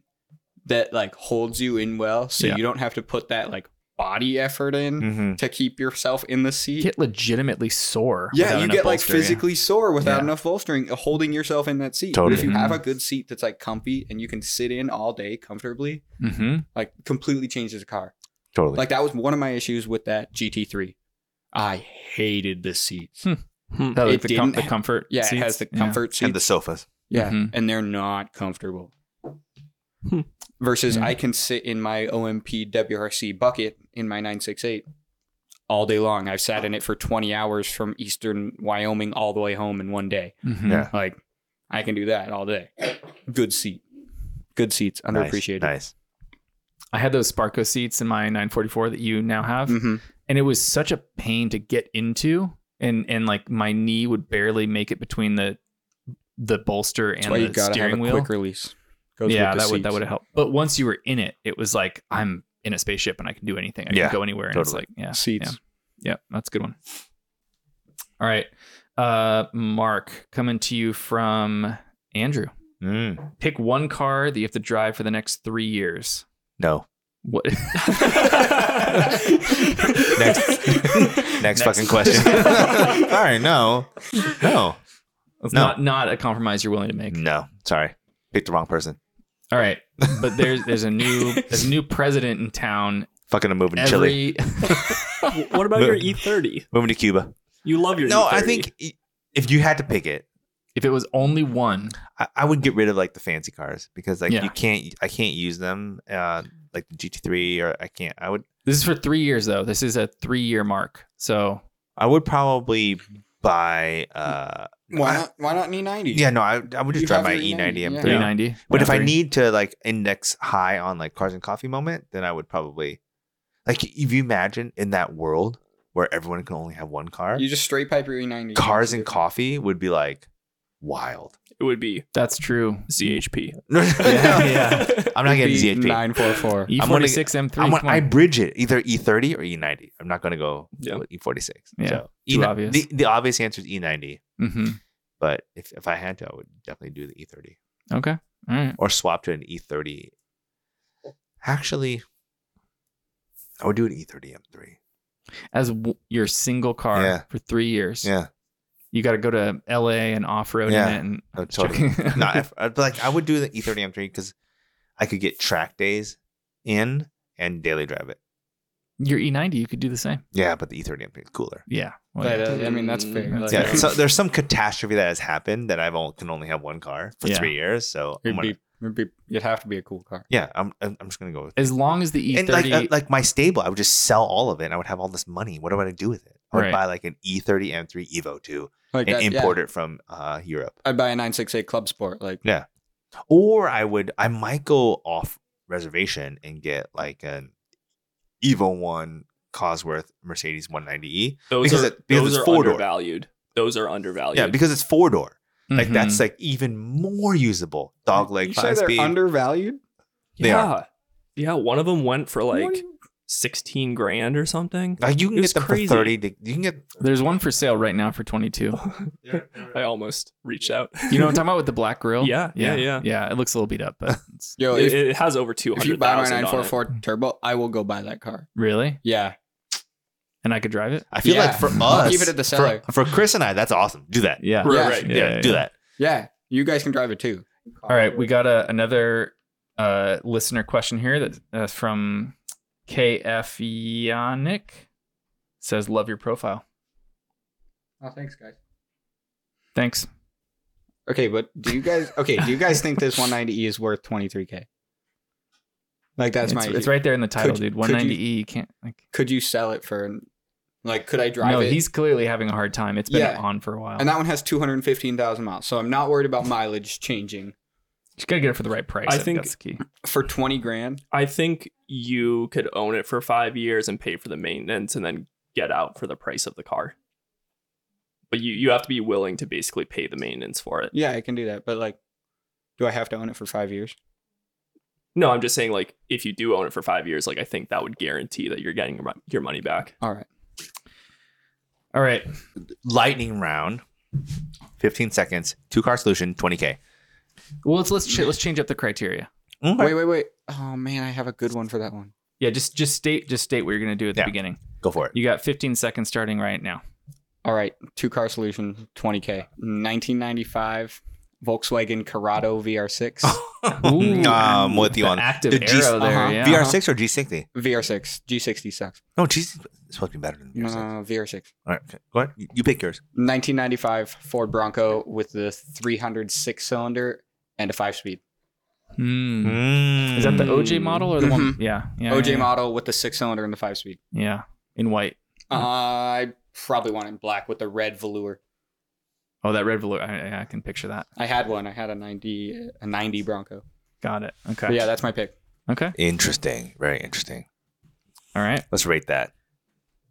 Speaker 3: that like holds you in well, so
Speaker 1: Yeah.
Speaker 3: you don't have to put that like body effort in
Speaker 2: Mhm.
Speaker 3: to keep yourself in the seat.
Speaker 1: You get legitimately sore.
Speaker 3: yeah,
Speaker 1: without
Speaker 3: you
Speaker 1: an
Speaker 3: get like
Speaker 1: upholstery.
Speaker 3: physically sore without
Speaker 1: Yeah.
Speaker 3: enough bolstering, uh, holding yourself in that seat. But if
Speaker 2: Totally.
Speaker 3: you
Speaker 1: Mhm.
Speaker 3: have a good seat that's like comfy and you can sit in all day comfortably,
Speaker 1: Mm-hmm.
Speaker 3: like completely changes the car.
Speaker 2: Totally.
Speaker 3: Like that was one of my issues with that GT3. I hated the seats.
Speaker 4: Hmm.
Speaker 1: That, Oh, like,
Speaker 3: It
Speaker 1: the, com-
Speaker 3: didn't
Speaker 1: the
Speaker 3: ha-
Speaker 1: comfort.
Speaker 3: Yeah, it
Speaker 1: seats.
Speaker 3: has the
Speaker 1: Yeah.
Speaker 3: comfort seats.
Speaker 2: and the sofas.
Speaker 3: Yeah,
Speaker 1: Mhm.
Speaker 3: and they're not comfortable.
Speaker 4: Hmm.
Speaker 3: Versus,
Speaker 1: Yeah.
Speaker 3: I can sit in my OMP WRC bucket in my 968 all day long. I've sat in it for 20 hours from Eastern Wyoming all the way home in one day.
Speaker 1: Mhm.
Speaker 2: Yeah.
Speaker 3: Like, I can do that all day. Good seat. Good seats. Underappreciated.
Speaker 2: Nice.
Speaker 1: I had those Sparco seats in my 944 that you now have,
Speaker 3: Mhm.
Speaker 1: and it was such a pain to get into, and and like my knee would barely make it between the the bolster
Speaker 3: That's
Speaker 1: and
Speaker 3: why you
Speaker 1: the
Speaker 3: got to have a
Speaker 1: steering wheel.
Speaker 3: quick release.
Speaker 1: Yeah, that would that would have helped. But once you were in it, it was like I'm in a spaceship and I can do anything. I
Speaker 2: Yeah,
Speaker 1: can go anywhere. And It's
Speaker 2: totally.
Speaker 1: like yeah,
Speaker 3: Seats.
Speaker 1: yeah, that's a good one. All right, uh, Mark, coming to you from Andrew.
Speaker 2: Mm.
Speaker 1: Pick one car that you have to drive for the next three years.
Speaker 2: No.
Speaker 1: What?
Speaker 2: Next. Next, fucking question. All right. No. No.
Speaker 1: It's
Speaker 2: No.
Speaker 1: not not a compromise you're willing to make.
Speaker 2: No. Sorry. Picked the wrong person.
Speaker 1: All right, but there's there's a new there's a new president in town.
Speaker 2: Fucking I'm moving to Chile.
Speaker 1: Every
Speaker 4: what about your E30?
Speaker 2: Moving to Cuba.
Speaker 4: You love your E
Speaker 2: No,
Speaker 4: E30.
Speaker 2: I think i- if you had to pick it,
Speaker 1: if it was only one,
Speaker 2: I, I would get rid of like the fancy cars because like
Speaker 1: Yeah.
Speaker 2: you can't I can't use them uh like the GT3 or I can't I would
Speaker 1: this is for three years though. This is a three year mark. So
Speaker 2: I would probably buy. Uh,
Speaker 3: Why not? Why not E an E90?
Speaker 2: yeah, no, I, I would just
Speaker 3: You
Speaker 2: drive
Speaker 3: have
Speaker 2: my E
Speaker 3: your
Speaker 2: E90
Speaker 3: 90,
Speaker 2: M3.
Speaker 3: yeah.
Speaker 1: 390.
Speaker 2: But if I
Speaker 1: M3.
Speaker 2: need to like index high on like cars and coffee moment, then I would probably like if you imagine in that world where everyone can only have one car,
Speaker 3: You just straight pipe your E E90.
Speaker 2: cars and coffee would be like wild.
Speaker 4: It would be
Speaker 1: that's true.
Speaker 4: CHP.
Speaker 2: No, no, no.
Speaker 1: yeah.
Speaker 2: I'm not getting ZHP.
Speaker 3: Nine four four.
Speaker 1: E46
Speaker 2: gonna-
Speaker 1: M3.
Speaker 2: I'm on,
Speaker 1: come on.
Speaker 2: I bridge it either E30 or E90. I'm not going to go
Speaker 4: Yeah.
Speaker 2: with E46.
Speaker 1: Yeah,
Speaker 2: So
Speaker 1: too
Speaker 2: E9
Speaker 1: obvious.
Speaker 2: The, the obvious answer is E90,
Speaker 1: Mhm.
Speaker 2: but if, if I had to, I would definitely do the E30
Speaker 1: Okay. All right.
Speaker 2: or swap to an E30. Actually, I would do an E E30 M3.
Speaker 1: As w- your single car
Speaker 2: Yeah.
Speaker 1: for three years.
Speaker 2: Yeah,
Speaker 1: You got to go to LA and off road
Speaker 2: Yeah.
Speaker 1: in it. And
Speaker 2: no, totally. not F- I'd be like I would do the E E30 M3 because I could get track days in and daily drive it.
Speaker 1: your E90, you could do the same.
Speaker 2: Yeah, but the E E30 M3 is cooler.
Speaker 1: Yeah. Well,
Speaker 3: That, uh, I mean, that's fair.
Speaker 1: Mm,
Speaker 3: Like,
Speaker 1: Yeah.
Speaker 2: Yeah, so there's some catastrophe that has happened that I have can only have one car for
Speaker 1: Yeah.
Speaker 2: three years. So I'm
Speaker 3: it'd
Speaker 2: gonna-
Speaker 3: be, it'd be, you'd have to be a cool car.
Speaker 2: Yeah, I'm I'm I'm just gonna go with
Speaker 1: As long as the E E30,
Speaker 2: and
Speaker 3: E
Speaker 2: like uh, like my stable, I would just sell all of it. and I would have all this money. What would I do with it? I would
Speaker 1: Right.
Speaker 2: buy like an E E30 M3 Evo 2
Speaker 3: Like
Speaker 2: and
Speaker 3: that, yeah.
Speaker 2: import it from uh, Europe,
Speaker 3: I'd buy a 968 Club Sport. Like,
Speaker 2: or I would I might go off reservation and get like an Evo One Cosworth Mercedes E. 190e.
Speaker 4: Those
Speaker 2: Because
Speaker 4: are
Speaker 2: it- because
Speaker 4: those
Speaker 2: it's
Speaker 4: are
Speaker 2: four-door.
Speaker 4: undervalued. Those are
Speaker 3: Oh,
Speaker 4: undervalued.
Speaker 2: Yeah, because it's four door. Like
Speaker 1: Mhm.
Speaker 2: that's like even more usable. Dog leg
Speaker 3: Mm-hmm. you say
Speaker 2: five
Speaker 3: they're
Speaker 2: speed.
Speaker 3: undervalued?
Speaker 2: they
Speaker 4: yeah.
Speaker 2: are.
Speaker 4: Yeah, one of them went for
Speaker 3: What do
Speaker 4: like
Speaker 3: you-
Speaker 4: 16 grand or something.
Speaker 2: like you can
Speaker 4: It
Speaker 2: get
Speaker 4: was
Speaker 2: them
Speaker 4: crazy.
Speaker 2: for thirty. They- You can get
Speaker 1: there's one for sale right now for 22.
Speaker 4: I almost reached out.
Speaker 1: You know what I'm talking about with the black grill?
Speaker 4: Yeah, yeah, yeah.
Speaker 1: Yeah. It looks a little beat up, but it's,
Speaker 3: Yo,
Speaker 4: it,
Speaker 3: if,
Speaker 4: it has over
Speaker 3: if you buy my
Speaker 4: 200,000 on it.
Speaker 3: 944 Turbo, I will go buy that car.
Speaker 1: really?
Speaker 3: Yeah.
Speaker 1: And I could drive it?
Speaker 2: I feel
Speaker 3: Yeah.
Speaker 2: like for
Speaker 3: I'll
Speaker 2: us,
Speaker 3: keep it at the
Speaker 2: for-
Speaker 3: seller.
Speaker 2: For, Chris and I, that's awesome. Do that.
Speaker 1: Yeah.
Speaker 4: Right,
Speaker 3: Yeah.
Speaker 4: right.
Speaker 2: Yeah, do that.
Speaker 3: Yeah. You guys can drive it too.
Speaker 1: All right, we got a, another uh, listener question here that uh, from KF Yannick says, "Love your profile."
Speaker 3: Oh, thanks, guys.
Speaker 1: Thanks.
Speaker 3: Okay, but do you guys okay? Do you guys think this 190e is worth 23k? Like that's
Speaker 1: it's,
Speaker 3: my.
Speaker 1: It's right there in the title,
Speaker 3: Could-
Speaker 1: dude.
Speaker 3: could you-
Speaker 1: 190e. You can't like.
Speaker 3: Could you sell it for? Like, could I drive
Speaker 1: no,
Speaker 3: it?
Speaker 1: he's clearly having a hard time. It's been
Speaker 3: Yeah.
Speaker 1: on for a while.
Speaker 3: and that one has 215,000 miles, so I'm not worried about mileage changing.
Speaker 1: Just gotta get it for the right price.
Speaker 4: I
Speaker 1: I, think
Speaker 4: think-
Speaker 1: that's the key.
Speaker 3: For 20 grand,
Speaker 4: I think you could own it for five years and pay for the maintenance and then get out for the price of the car. But you, you have to be willing to basically pay the maintenance for it.
Speaker 3: yeah, I can do that. But like, do I have to own it for five years?
Speaker 4: No, I'm just saying, like, if you do own it for five years, like, I think that would guarantee that you're getting your mon- your money back.
Speaker 3: All right.
Speaker 1: All right,
Speaker 2: Lightning round. 15 seconds. Two car solution, 20K.
Speaker 1: well let's let's ch- let's change up the criteria.
Speaker 2: Okay.
Speaker 3: Wait, wait, wait. Oh man, I have a good one for that one.
Speaker 1: Yeah, just just state just state what you're gonna do at the
Speaker 2: Yeah.
Speaker 1: beginning.
Speaker 2: Go for it.
Speaker 1: You got 15 seconds starting right now.
Speaker 3: All right, two car solution, 20k, 1995 Volkswagen Corrado VR6,
Speaker 1: Ooh.
Speaker 2: um, with you
Speaker 1: The
Speaker 2: on
Speaker 1: active
Speaker 2: the G-
Speaker 1: arrow there.
Speaker 3: uh-huh.
Speaker 1: Yeah.
Speaker 2: VR6 or G60?
Speaker 3: VR6, G60 sucks. Uh,
Speaker 2: No, G60 is supposed to be better than
Speaker 3: No,
Speaker 2: VR6.
Speaker 3: VR6.
Speaker 2: All right, okay. go ahead. You- You pick yours.
Speaker 3: 1995 Ford Bronco with the 306 cylinder and a five speed.
Speaker 1: Hmm.
Speaker 2: Mm.
Speaker 1: Is that the OJ model or the one?
Speaker 3: Mhm.
Speaker 2: Mm-hmm.
Speaker 1: Yeah. yeah
Speaker 3: OJ
Speaker 1: yeah, yeah.
Speaker 3: model with the six cylinder and the five speed.
Speaker 1: Yeah. In white.
Speaker 3: I probably want it in black with the red velour.
Speaker 1: Oh, that red velour. I, I- I can picture that.
Speaker 3: I had one. I had a 90 a 90 Bronco.
Speaker 1: Got it.
Speaker 3: But
Speaker 1: Okay.
Speaker 3: yeah, that's my pick.
Speaker 1: Okay.
Speaker 2: Interesting. Very interesting.
Speaker 1: All right.
Speaker 2: Let's rate that.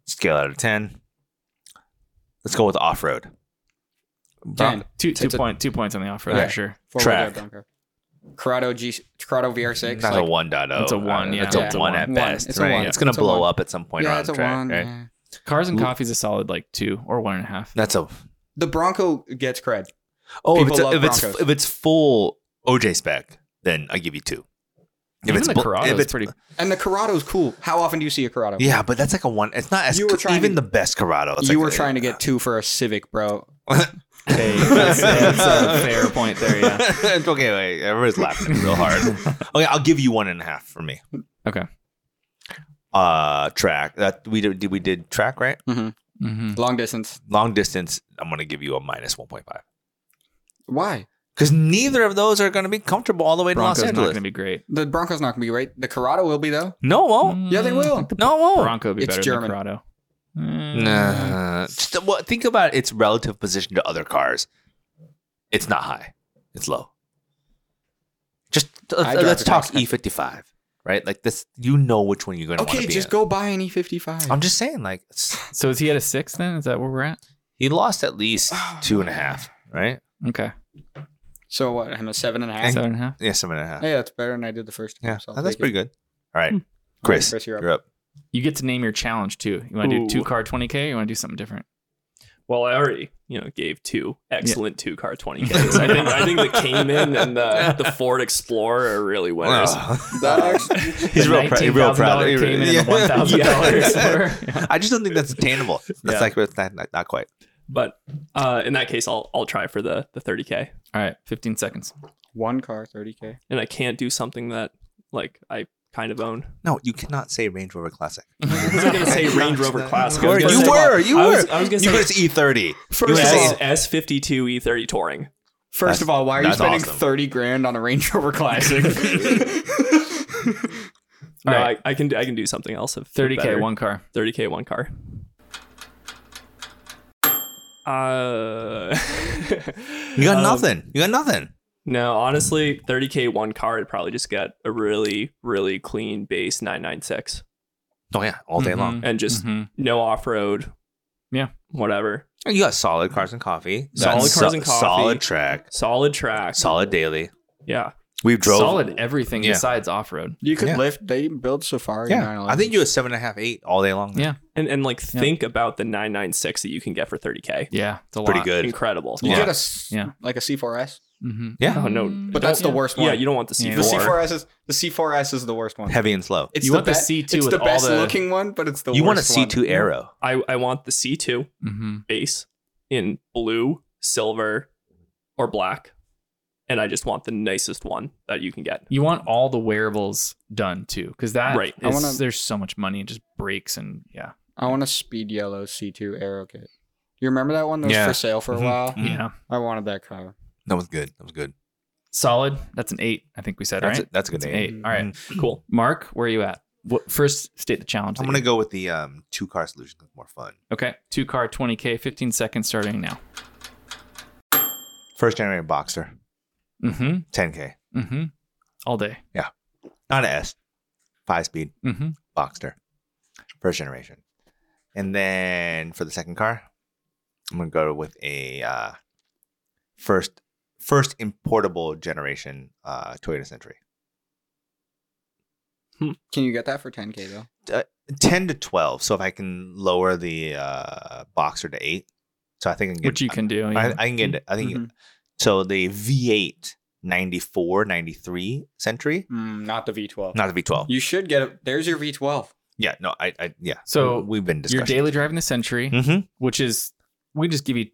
Speaker 2: Scale out of 10. Let's go with off road.
Speaker 3: 10.
Speaker 1: Two two
Speaker 3: It's a-
Speaker 1: point two points on the offer
Speaker 2: Yeah.
Speaker 1: for sure.
Speaker 3: Four-wheel drive
Speaker 2: Track.
Speaker 3: Bronco. Corrado G Corrado VR6.
Speaker 2: Not a
Speaker 3: like-
Speaker 2: 1.0.
Speaker 1: It's a one, yeah.
Speaker 2: It's Uh, a
Speaker 3: Yeah, it's a
Speaker 2: one
Speaker 1: one.
Speaker 2: at
Speaker 3: One.
Speaker 2: best.
Speaker 3: It's a
Speaker 2: right?
Speaker 3: one.
Speaker 2: It's going
Speaker 3: It's
Speaker 2: to
Speaker 3: a
Speaker 2: blow
Speaker 3: one.
Speaker 2: up at some point
Speaker 3: yeah,
Speaker 2: around
Speaker 3: it's a
Speaker 2: the track.
Speaker 3: one.
Speaker 2: right?
Speaker 3: yeah.
Speaker 1: Cars and
Speaker 2: Ooh.
Speaker 1: coffee's a solid like two or one and a half.
Speaker 2: That's a
Speaker 3: The Bronco gets cred.
Speaker 2: Oh, if
Speaker 3: People
Speaker 2: it's,
Speaker 3: love
Speaker 2: if it's
Speaker 3: Broncos.
Speaker 2: if it's full OJ spec, then I give you two. If
Speaker 1: Even
Speaker 2: it's
Speaker 1: the
Speaker 2: bu-
Speaker 1: Corrado
Speaker 2: if
Speaker 1: is
Speaker 2: it's-
Speaker 1: pretty.
Speaker 3: And the Corrado's cool. How often do you see a Corrado?
Speaker 2: yeah, but that's like a one. It's not as
Speaker 3: You were trying
Speaker 2: even
Speaker 3: to-
Speaker 2: the best Corrado. It's
Speaker 3: you
Speaker 2: like
Speaker 3: were
Speaker 2: a-
Speaker 3: trying to get two for a Civic, bro.
Speaker 1: Hey, that's, that's a fair point there. Yeah.
Speaker 2: It's okay, wait. Everybody's laughing real hard. okay, I'll give you one and a half for me.
Speaker 1: Okay.
Speaker 2: Uh, track that we did. We did track right. Mm.
Speaker 1: Mhm.
Speaker 3: Long distance.
Speaker 2: Long distance. I'm gonna give you a minus one point five
Speaker 3: Why?
Speaker 2: because neither of those are gonna be comfortable all the way to
Speaker 1: Bronco's
Speaker 2: Los
Speaker 1: not
Speaker 2: Angeles.
Speaker 1: going to be great.
Speaker 3: The Bronco's not gonna be great. The Corrado will be though.
Speaker 2: no, it won't.
Speaker 3: Yeah, they will.
Speaker 2: No, it won't.
Speaker 1: Mm. Bronco will be
Speaker 3: It's
Speaker 1: better
Speaker 3: German.
Speaker 1: than the Corrado. Mm,
Speaker 2: Nah. Just, well, think about its relative position to other cars. It's not high. It's low. Just uh,
Speaker 3: I
Speaker 2: let's,
Speaker 3: drive
Speaker 2: let's
Speaker 3: a
Speaker 2: talk
Speaker 3: Tesla.
Speaker 2: E55, right? Like this, you know which one you're going to want
Speaker 3: Okay,
Speaker 2: to be.
Speaker 3: just
Speaker 2: in.
Speaker 3: go buy an E E55.
Speaker 2: I'm just saying, like it's-
Speaker 1: So is he at a six then? Is that where we're at?
Speaker 2: he lost at least two and a half, right?
Speaker 1: Okay.
Speaker 3: so what? I'm a seven and a half.
Speaker 1: Seven and a half.
Speaker 2: Yeah, seven and a half.
Speaker 3: Yeah, that's better than I did the first time.
Speaker 2: Yeah,
Speaker 3: so I'll
Speaker 2: that's
Speaker 3: take
Speaker 2: pretty
Speaker 3: it.
Speaker 2: good. All right,
Speaker 4: Hmm.
Speaker 2: Chris,
Speaker 3: Chris, you're
Speaker 2: you're
Speaker 3: up.
Speaker 2: up.
Speaker 1: You get to name your challenge too. You want to do
Speaker 4: Ooh.
Speaker 1: two car 20K or you want to do something different?
Speaker 4: Well, I already you know gave two excellent two car twenty ks. I think I think the Cayman and the, the Ford Explorer are really winners.
Speaker 2: Oh.
Speaker 3: That actually-
Speaker 2: He's
Speaker 1: The
Speaker 2: real, pr- real
Speaker 1: $19,000
Speaker 2: proud. He
Speaker 1: Cayman
Speaker 2: really-
Speaker 1: and the $1,000 were-
Speaker 2: I just don't think that's attainable. That's
Speaker 1: Yeah.
Speaker 2: like it's not, not, not quite.
Speaker 4: But uh, in that case, I'll I'll try for the the thirty k.
Speaker 1: All right, 15 seconds.
Speaker 3: One car, 30K.
Speaker 4: And I can't do something that like I kind of own.
Speaker 2: No, you cannot say Range Rover Classic.
Speaker 4: I was gonna say Range Rover Classic. I was
Speaker 2: You
Speaker 4: gonna say-
Speaker 2: were, you
Speaker 4: I
Speaker 2: were. E
Speaker 4: was- I was gonna
Speaker 2: You E
Speaker 4: say-
Speaker 2: could have said E30.
Speaker 3: First
Speaker 2: of all-
Speaker 4: S fifty two E thirty touring.
Speaker 3: First
Speaker 2: That's-
Speaker 3: of all, why are you
Speaker 2: that's
Speaker 3: spending
Speaker 2: awesome.
Speaker 3: 30 grand on a Range Rover Classic?
Speaker 4: No,
Speaker 1: All right.
Speaker 4: I, I can I can do something else. If
Speaker 1: 30K, one car.
Speaker 4: thirty k one car. Uh,
Speaker 2: You got
Speaker 4: um,
Speaker 2: nothing. You got nothing.
Speaker 4: No, honestly, 30k one car, I'd probably just get a really, really clean base 996
Speaker 2: Oh yeah, all day long.
Speaker 4: and just
Speaker 1: Mhm.
Speaker 4: no off road.
Speaker 1: Yeah.
Speaker 4: Whatever.
Speaker 2: You got solid cars and coffee.
Speaker 4: Solid
Speaker 2: That's
Speaker 4: cars and coffee.
Speaker 2: Solid track.
Speaker 4: Solid track.
Speaker 2: Solid daily.
Speaker 4: Yeah.
Speaker 2: We've drove
Speaker 1: Solid everything
Speaker 2: Yeah.
Speaker 1: besides off road.
Speaker 3: you could
Speaker 2: Yeah.
Speaker 3: lift, they build Safari.
Speaker 2: Yeah, I think you were seven and a half, eight all day long.
Speaker 1: Yeah.
Speaker 4: And and like
Speaker 1: Yeah.
Speaker 4: think about the 996 that you can get for 30k.
Speaker 1: Yeah, it's a
Speaker 2: pretty
Speaker 1: lot.
Speaker 2: good.
Speaker 4: Incredible.
Speaker 3: You
Speaker 2: Yeah.
Speaker 3: get a, s-
Speaker 1: Yeah.
Speaker 3: like a C4S,
Speaker 1: Mhm.
Speaker 2: Yeah.
Speaker 4: Oh, no.
Speaker 1: Mm,
Speaker 3: but that's the
Speaker 1: yeah.
Speaker 3: worst one.
Speaker 4: Yeah, you don't want the
Speaker 1: Yeah.
Speaker 4: C4.
Speaker 3: the C4S is the C4S is the worst one.
Speaker 2: Heavy and slow.
Speaker 3: It's
Speaker 1: You
Speaker 3: the
Speaker 1: want the
Speaker 3: be-
Speaker 1: C2
Speaker 3: It's
Speaker 1: with
Speaker 3: the
Speaker 1: all
Speaker 3: best
Speaker 1: the-
Speaker 3: looking one, but it's the
Speaker 2: you want a
Speaker 3: worst
Speaker 2: C two
Speaker 3: one.
Speaker 2: Arrow.
Speaker 4: I, I want the C2
Speaker 1: Mhm.
Speaker 4: base in blue, silver, or black. And I just want the nicest one that you can get.
Speaker 1: You want all the wearables done too, because that
Speaker 4: Right.
Speaker 1: is-
Speaker 3: I wanna-
Speaker 1: there's so much money and just breaks and yeah,
Speaker 3: I want a speed yellow C2 Arrow kit. You remember that one that was
Speaker 2: Yeah.
Speaker 3: for sale for a
Speaker 2: Mhm.
Speaker 3: while?
Speaker 2: Mhm.
Speaker 1: yeah.
Speaker 3: I wanted that car.
Speaker 2: That was good. That was good.
Speaker 1: Solid. That's an eight. I think we said
Speaker 2: That's
Speaker 1: right.
Speaker 2: a, that's a good
Speaker 1: That's an
Speaker 2: name.
Speaker 1: eight. All right,
Speaker 4: Mm-hmm. Cool.
Speaker 1: Mark, where are you at? What first state the challenge?
Speaker 2: I'm
Speaker 1: that
Speaker 2: gonna
Speaker 1: you-
Speaker 2: go with the um, two car solution. 'cause it's More fun.
Speaker 1: Okay, two car, 20k, 15 seconds starting now.
Speaker 2: First generation Boxer,
Speaker 1: Mm-hmm.
Speaker 2: 10k,
Speaker 1: Mm-hmm. All day.
Speaker 2: not an S, five speed
Speaker 1: Mm-hmm.
Speaker 2: Boxster, first generation. And then for the second car, I'm gonna go with a uh, first first importable generation uh, Toyota Century.
Speaker 3: Can you get that for 10K though?
Speaker 2: 10 to 12. So if I can lower the uh, Boxer to eight, so I think I can get
Speaker 1: Which you can do.
Speaker 2: I,
Speaker 1: yeah. Mm-hmm.
Speaker 2: I can get it. I think
Speaker 3: Mhm.
Speaker 2: so. The V8 94 93 Century,
Speaker 3: Mm, not the V12.
Speaker 2: not the V12.
Speaker 3: You should get it. There's your V12.
Speaker 2: yeah, no, I, I yeah.
Speaker 1: So,
Speaker 2: We- we've been
Speaker 1: You're
Speaker 2: discussing.
Speaker 1: daily driving the Century,
Speaker 2: Mhm.
Speaker 1: which is we just give you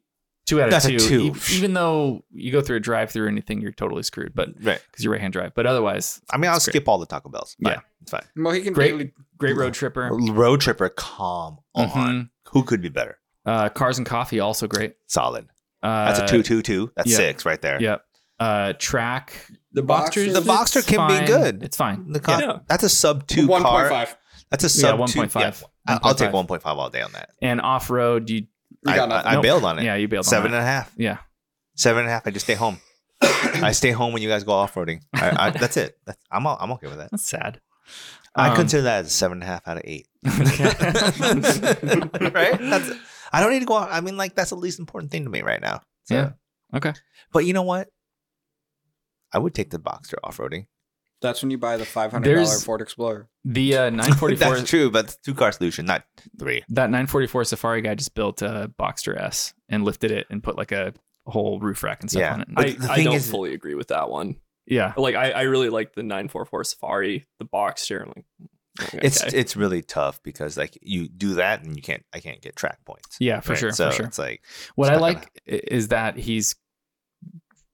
Speaker 1: two out of
Speaker 2: That's a
Speaker 1: two.
Speaker 2: two.
Speaker 1: E- Even though you go through a drive through or anything, you're totally screwed. But
Speaker 2: Right.
Speaker 1: because you're right hand drive, but otherwise,
Speaker 2: I mean, I'll
Speaker 1: It's great.
Speaker 2: skip all the Taco Bells. Fine.
Speaker 1: Yeah.
Speaker 2: it's fine.
Speaker 3: Well, he can
Speaker 1: Great.
Speaker 3: daily-
Speaker 1: great road tripper.
Speaker 2: Road tripper, come on.
Speaker 1: Mhm.
Speaker 2: Who could be better?
Speaker 1: Uh, cars and coffee also great.
Speaker 2: Solid.
Speaker 1: Uh,
Speaker 2: That's a two, two, two. That's
Speaker 1: yeah.
Speaker 2: six right there.
Speaker 1: Yep. Uh, track.
Speaker 3: The Boxster-
Speaker 2: the Boxster
Speaker 1: it's
Speaker 2: can be
Speaker 1: fine.
Speaker 2: good.
Speaker 1: It's fine.
Speaker 2: The car,
Speaker 4: Yeah.
Speaker 2: That's a sub two car.
Speaker 3: 1.5.
Speaker 2: That's a
Speaker 1: Yeah,
Speaker 2: sub
Speaker 1: one
Speaker 2: two.
Speaker 1: point five.
Speaker 2: I- I'll take 1.5 all day on that.
Speaker 1: And off road, you
Speaker 3: You
Speaker 2: I,
Speaker 3: got
Speaker 2: I,
Speaker 3: nothing.
Speaker 2: I
Speaker 1: Nope.
Speaker 2: bailed on it.
Speaker 1: yeah, you bailed
Speaker 2: Seven
Speaker 1: on that.
Speaker 2: and a half.
Speaker 1: Yeah.
Speaker 2: Seven and a half. I just stay home. I stay home when you guys go off roading. I, I, that's it. That's, I'm all, I'm okay with that.
Speaker 1: That's sad.
Speaker 2: I
Speaker 1: Um,
Speaker 2: consider that as a seven and a half out of eight.
Speaker 1: Okay.
Speaker 2: right? That's. I don't need to go. Out, I mean, like that's the least important thing to me right now. So.
Speaker 1: Yeah. Okay.
Speaker 2: But you know what? I would take the Boxster off roading.
Speaker 3: That's when you buy the $500
Speaker 1: There's-
Speaker 3: Ford Explorer.
Speaker 1: The uh, 944
Speaker 2: That's true, but it's two car solution, not three.
Speaker 1: that 944 Safari guy just built a Boxster S and lifted it and put like a whole roof rack and stuff
Speaker 2: Yeah.
Speaker 1: on it.
Speaker 2: But
Speaker 4: I,
Speaker 2: the
Speaker 4: I
Speaker 2: thing
Speaker 4: don't
Speaker 2: is-
Speaker 4: fully agree with that one.
Speaker 1: yeah.
Speaker 4: Like I, I really like the 944 Safari, the Boxster. I'm like, okay. Mm-hmm.
Speaker 2: It's it's really tough because like you do that and you can't. I can't get track points.
Speaker 1: Yeah, for
Speaker 2: Right?
Speaker 1: sure.
Speaker 2: So
Speaker 1: for sure.
Speaker 2: it's like
Speaker 1: What I
Speaker 2: not gonna
Speaker 1: like i- is that he's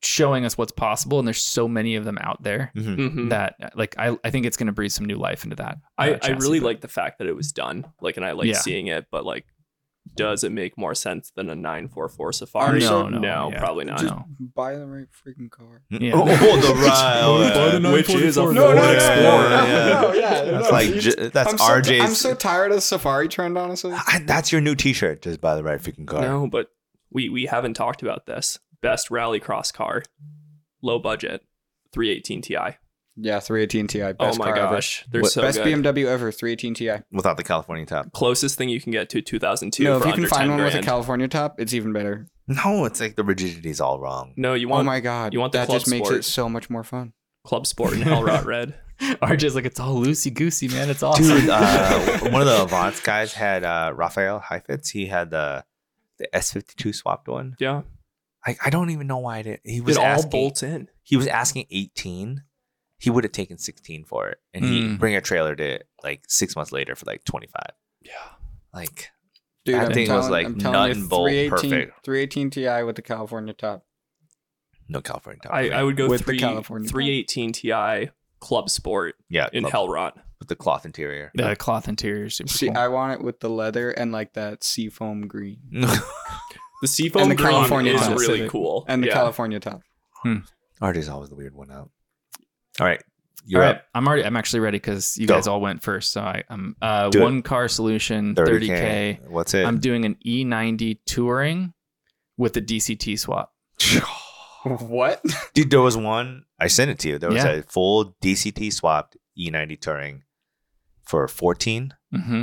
Speaker 1: showing us what's possible and there's so many of them out there
Speaker 2: mhm.
Speaker 4: Mhm.
Speaker 1: that like I, I think it's going to breathe some new life into that. uh,
Speaker 4: I, I
Speaker 1: chassis,
Speaker 4: really
Speaker 1: but-
Speaker 4: like the fact that it was done. Like, and I like
Speaker 1: Yeah.
Speaker 4: seeing it, but like does it make more sense than a 944 Safari?
Speaker 3: No,
Speaker 4: So,
Speaker 1: no, yeah.
Speaker 4: probably not.
Speaker 3: Just-
Speaker 1: No.
Speaker 3: Buy the right freaking car.
Speaker 1: Yeah.
Speaker 2: Oh, oh, the right,
Speaker 1: the Which is a
Speaker 2: No,
Speaker 1: Ford
Speaker 2: no,
Speaker 1: Explorer.
Speaker 2: Explorer, yeah.
Speaker 3: No, yeah, no,
Speaker 2: that's like
Speaker 3: you-
Speaker 2: j- that's
Speaker 3: I'm so,
Speaker 2: RJ's.
Speaker 3: I'm so tired of the safari trend, honestly.
Speaker 2: I- that's your new T-shirt. Just buy the right freaking car.
Speaker 4: No, but we we haven't talked about this. Best rallycross car, low budget, 318 Ti.
Speaker 3: Yeah, 318 Ti.
Speaker 4: oh
Speaker 3: Best
Speaker 4: my
Speaker 3: car ever.
Speaker 4: gosh, they're
Speaker 2: What-
Speaker 4: so
Speaker 3: best
Speaker 4: good.
Speaker 3: BMW ever, 318 Ti.
Speaker 2: Without the California top.
Speaker 4: Closest thing you can get to a 2002.
Speaker 3: no, if
Speaker 4: for
Speaker 3: you can
Speaker 4: under
Speaker 3: find
Speaker 4: 10
Speaker 3: one with a
Speaker 4: grand.
Speaker 3: California top, it's even better.
Speaker 2: No, it's like the rigidity's all wrong.
Speaker 4: No, you
Speaker 3: oh
Speaker 4: want
Speaker 3: my god,
Speaker 4: you want the
Speaker 3: that
Speaker 4: club
Speaker 3: just makes
Speaker 4: sport.
Speaker 3: it so much more fun.
Speaker 4: Club Sport and Hellrot Red.
Speaker 1: RJ's like, it's all loosey goosey, man. It's awesome.
Speaker 2: Dude, uh, one of the Avance guys had uh, Raphael Heifetz. He had the the S52 swapped one.
Speaker 4: Yeah,
Speaker 2: I, I don't even know why I did. He was
Speaker 4: it all
Speaker 2: asking,
Speaker 4: bolts in.
Speaker 2: He was asking 18. He would have taken 16 for it, and he
Speaker 4: Hmm.
Speaker 1: Mm.
Speaker 2: bring a trailer to it like six months later for like 25.
Speaker 4: Yeah,
Speaker 2: Like
Speaker 3: Dude,
Speaker 2: That
Speaker 3: I'm
Speaker 2: thing was,
Speaker 3: telling,
Speaker 2: like,
Speaker 3: I'm telling
Speaker 2: nut
Speaker 3: you,
Speaker 2: and bolt
Speaker 3: 318
Speaker 2: perfect.
Speaker 3: 318 Ti with the California top.
Speaker 2: no California top.
Speaker 4: I,
Speaker 2: for me.
Speaker 4: I would go
Speaker 3: With the
Speaker 4: three
Speaker 3: California.
Speaker 4: 318 Ti Club Sport
Speaker 2: yeah
Speaker 4: in
Speaker 2: club-
Speaker 4: Hellrot.
Speaker 2: with the cloth interior.
Speaker 1: the cloth interior is super
Speaker 3: See,
Speaker 1: cool.
Speaker 3: I want it with the leather and like that seafoam green
Speaker 4: The Seafoam
Speaker 3: And the
Speaker 4: green
Speaker 3: California
Speaker 4: is
Speaker 3: Pacific.
Speaker 4: really cool.
Speaker 3: and the
Speaker 4: yeah.
Speaker 3: California top.
Speaker 2: Artie's always the weird one out. All right,
Speaker 1: All
Speaker 2: you're
Speaker 1: right,
Speaker 2: up.
Speaker 1: I'm already. I'm actually ready because you
Speaker 2: Go.
Speaker 1: guys all went first. So I, I'm uh,
Speaker 2: Do it.
Speaker 1: one car solution, 30 ki
Speaker 2: What's it?
Speaker 1: am doing an E90 touring with the DCT swap.
Speaker 3: What?
Speaker 2: Dude, there was one. I sent it to you. There was
Speaker 1: Yeah.
Speaker 2: a full DCT swapped E90 Touring for 14.
Speaker 1: Mm-hmm.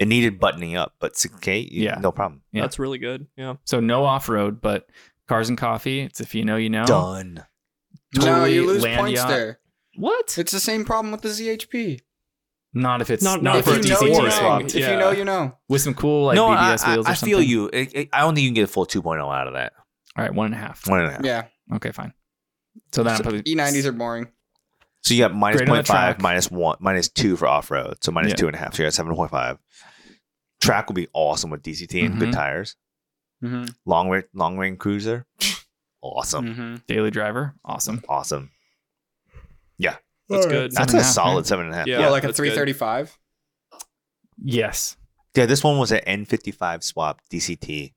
Speaker 2: It needed buttoning up, but 6K, you-
Speaker 1: Yeah.
Speaker 2: no problem.
Speaker 1: Yeah.
Speaker 4: That's really good. Yeah.
Speaker 1: So no off road, but cars and coffee. It's if you know, you know.
Speaker 2: Done.
Speaker 3: no,
Speaker 1: Totally
Speaker 3: you lose
Speaker 1: land
Speaker 3: points
Speaker 1: yacht.
Speaker 3: there.
Speaker 1: What?
Speaker 3: It's the same problem with the ZHP.
Speaker 1: Not if it's
Speaker 4: Not-
Speaker 1: not,
Speaker 4: not
Speaker 3: if
Speaker 1: for
Speaker 4: for
Speaker 1: a
Speaker 3: you know, you
Speaker 1: DCT
Speaker 4: Touring.
Speaker 3: know.
Speaker 1: swap
Speaker 3: If
Speaker 4: Yeah.
Speaker 3: you know, you know.
Speaker 1: with some cool like
Speaker 2: no,
Speaker 1: BBS
Speaker 2: I,
Speaker 1: wheels
Speaker 2: I,
Speaker 1: or
Speaker 2: I
Speaker 1: something.
Speaker 2: feel you. It, it- I don't think you can get a full 2.0 out of that.
Speaker 1: All right, one and a half.
Speaker 2: One and a half.
Speaker 3: Yeah,
Speaker 1: Okay, fine. So then I'm
Speaker 2: So
Speaker 1: probably
Speaker 3: E90s E are boring.
Speaker 2: So you got minus
Speaker 1: Great on the
Speaker 2: 0.5,
Speaker 1: track.
Speaker 2: minus one, minus two for off road. So minus
Speaker 1: Yeah.
Speaker 2: two and a half. So you're at 7.5. Track will be awesome with DCT and good
Speaker 1: Mhm.
Speaker 2: tires.
Speaker 3: Mm-hmm.
Speaker 2: Long range, long range cruiser. Awesome.
Speaker 1: Mm.
Speaker 3: Mm-hmm.
Speaker 1: daily driver. Awesome.
Speaker 2: Awesome.
Speaker 4: That's
Speaker 1: Seven
Speaker 4: good.
Speaker 2: That's
Speaker 1: and
Speaker 2: a
Speaker 1: a half,
Speaker 2: solid
Speaker 1: right?
Speaker 2: seven and a half.
Speaker 4: Yeah.
Speaker 3: Yeah, like a
Speaker 4: that's good.
Speaker 3: 335.
Speaker 1: Yes.
Speaker 2: Yeah, this one was an N55 swap DCT,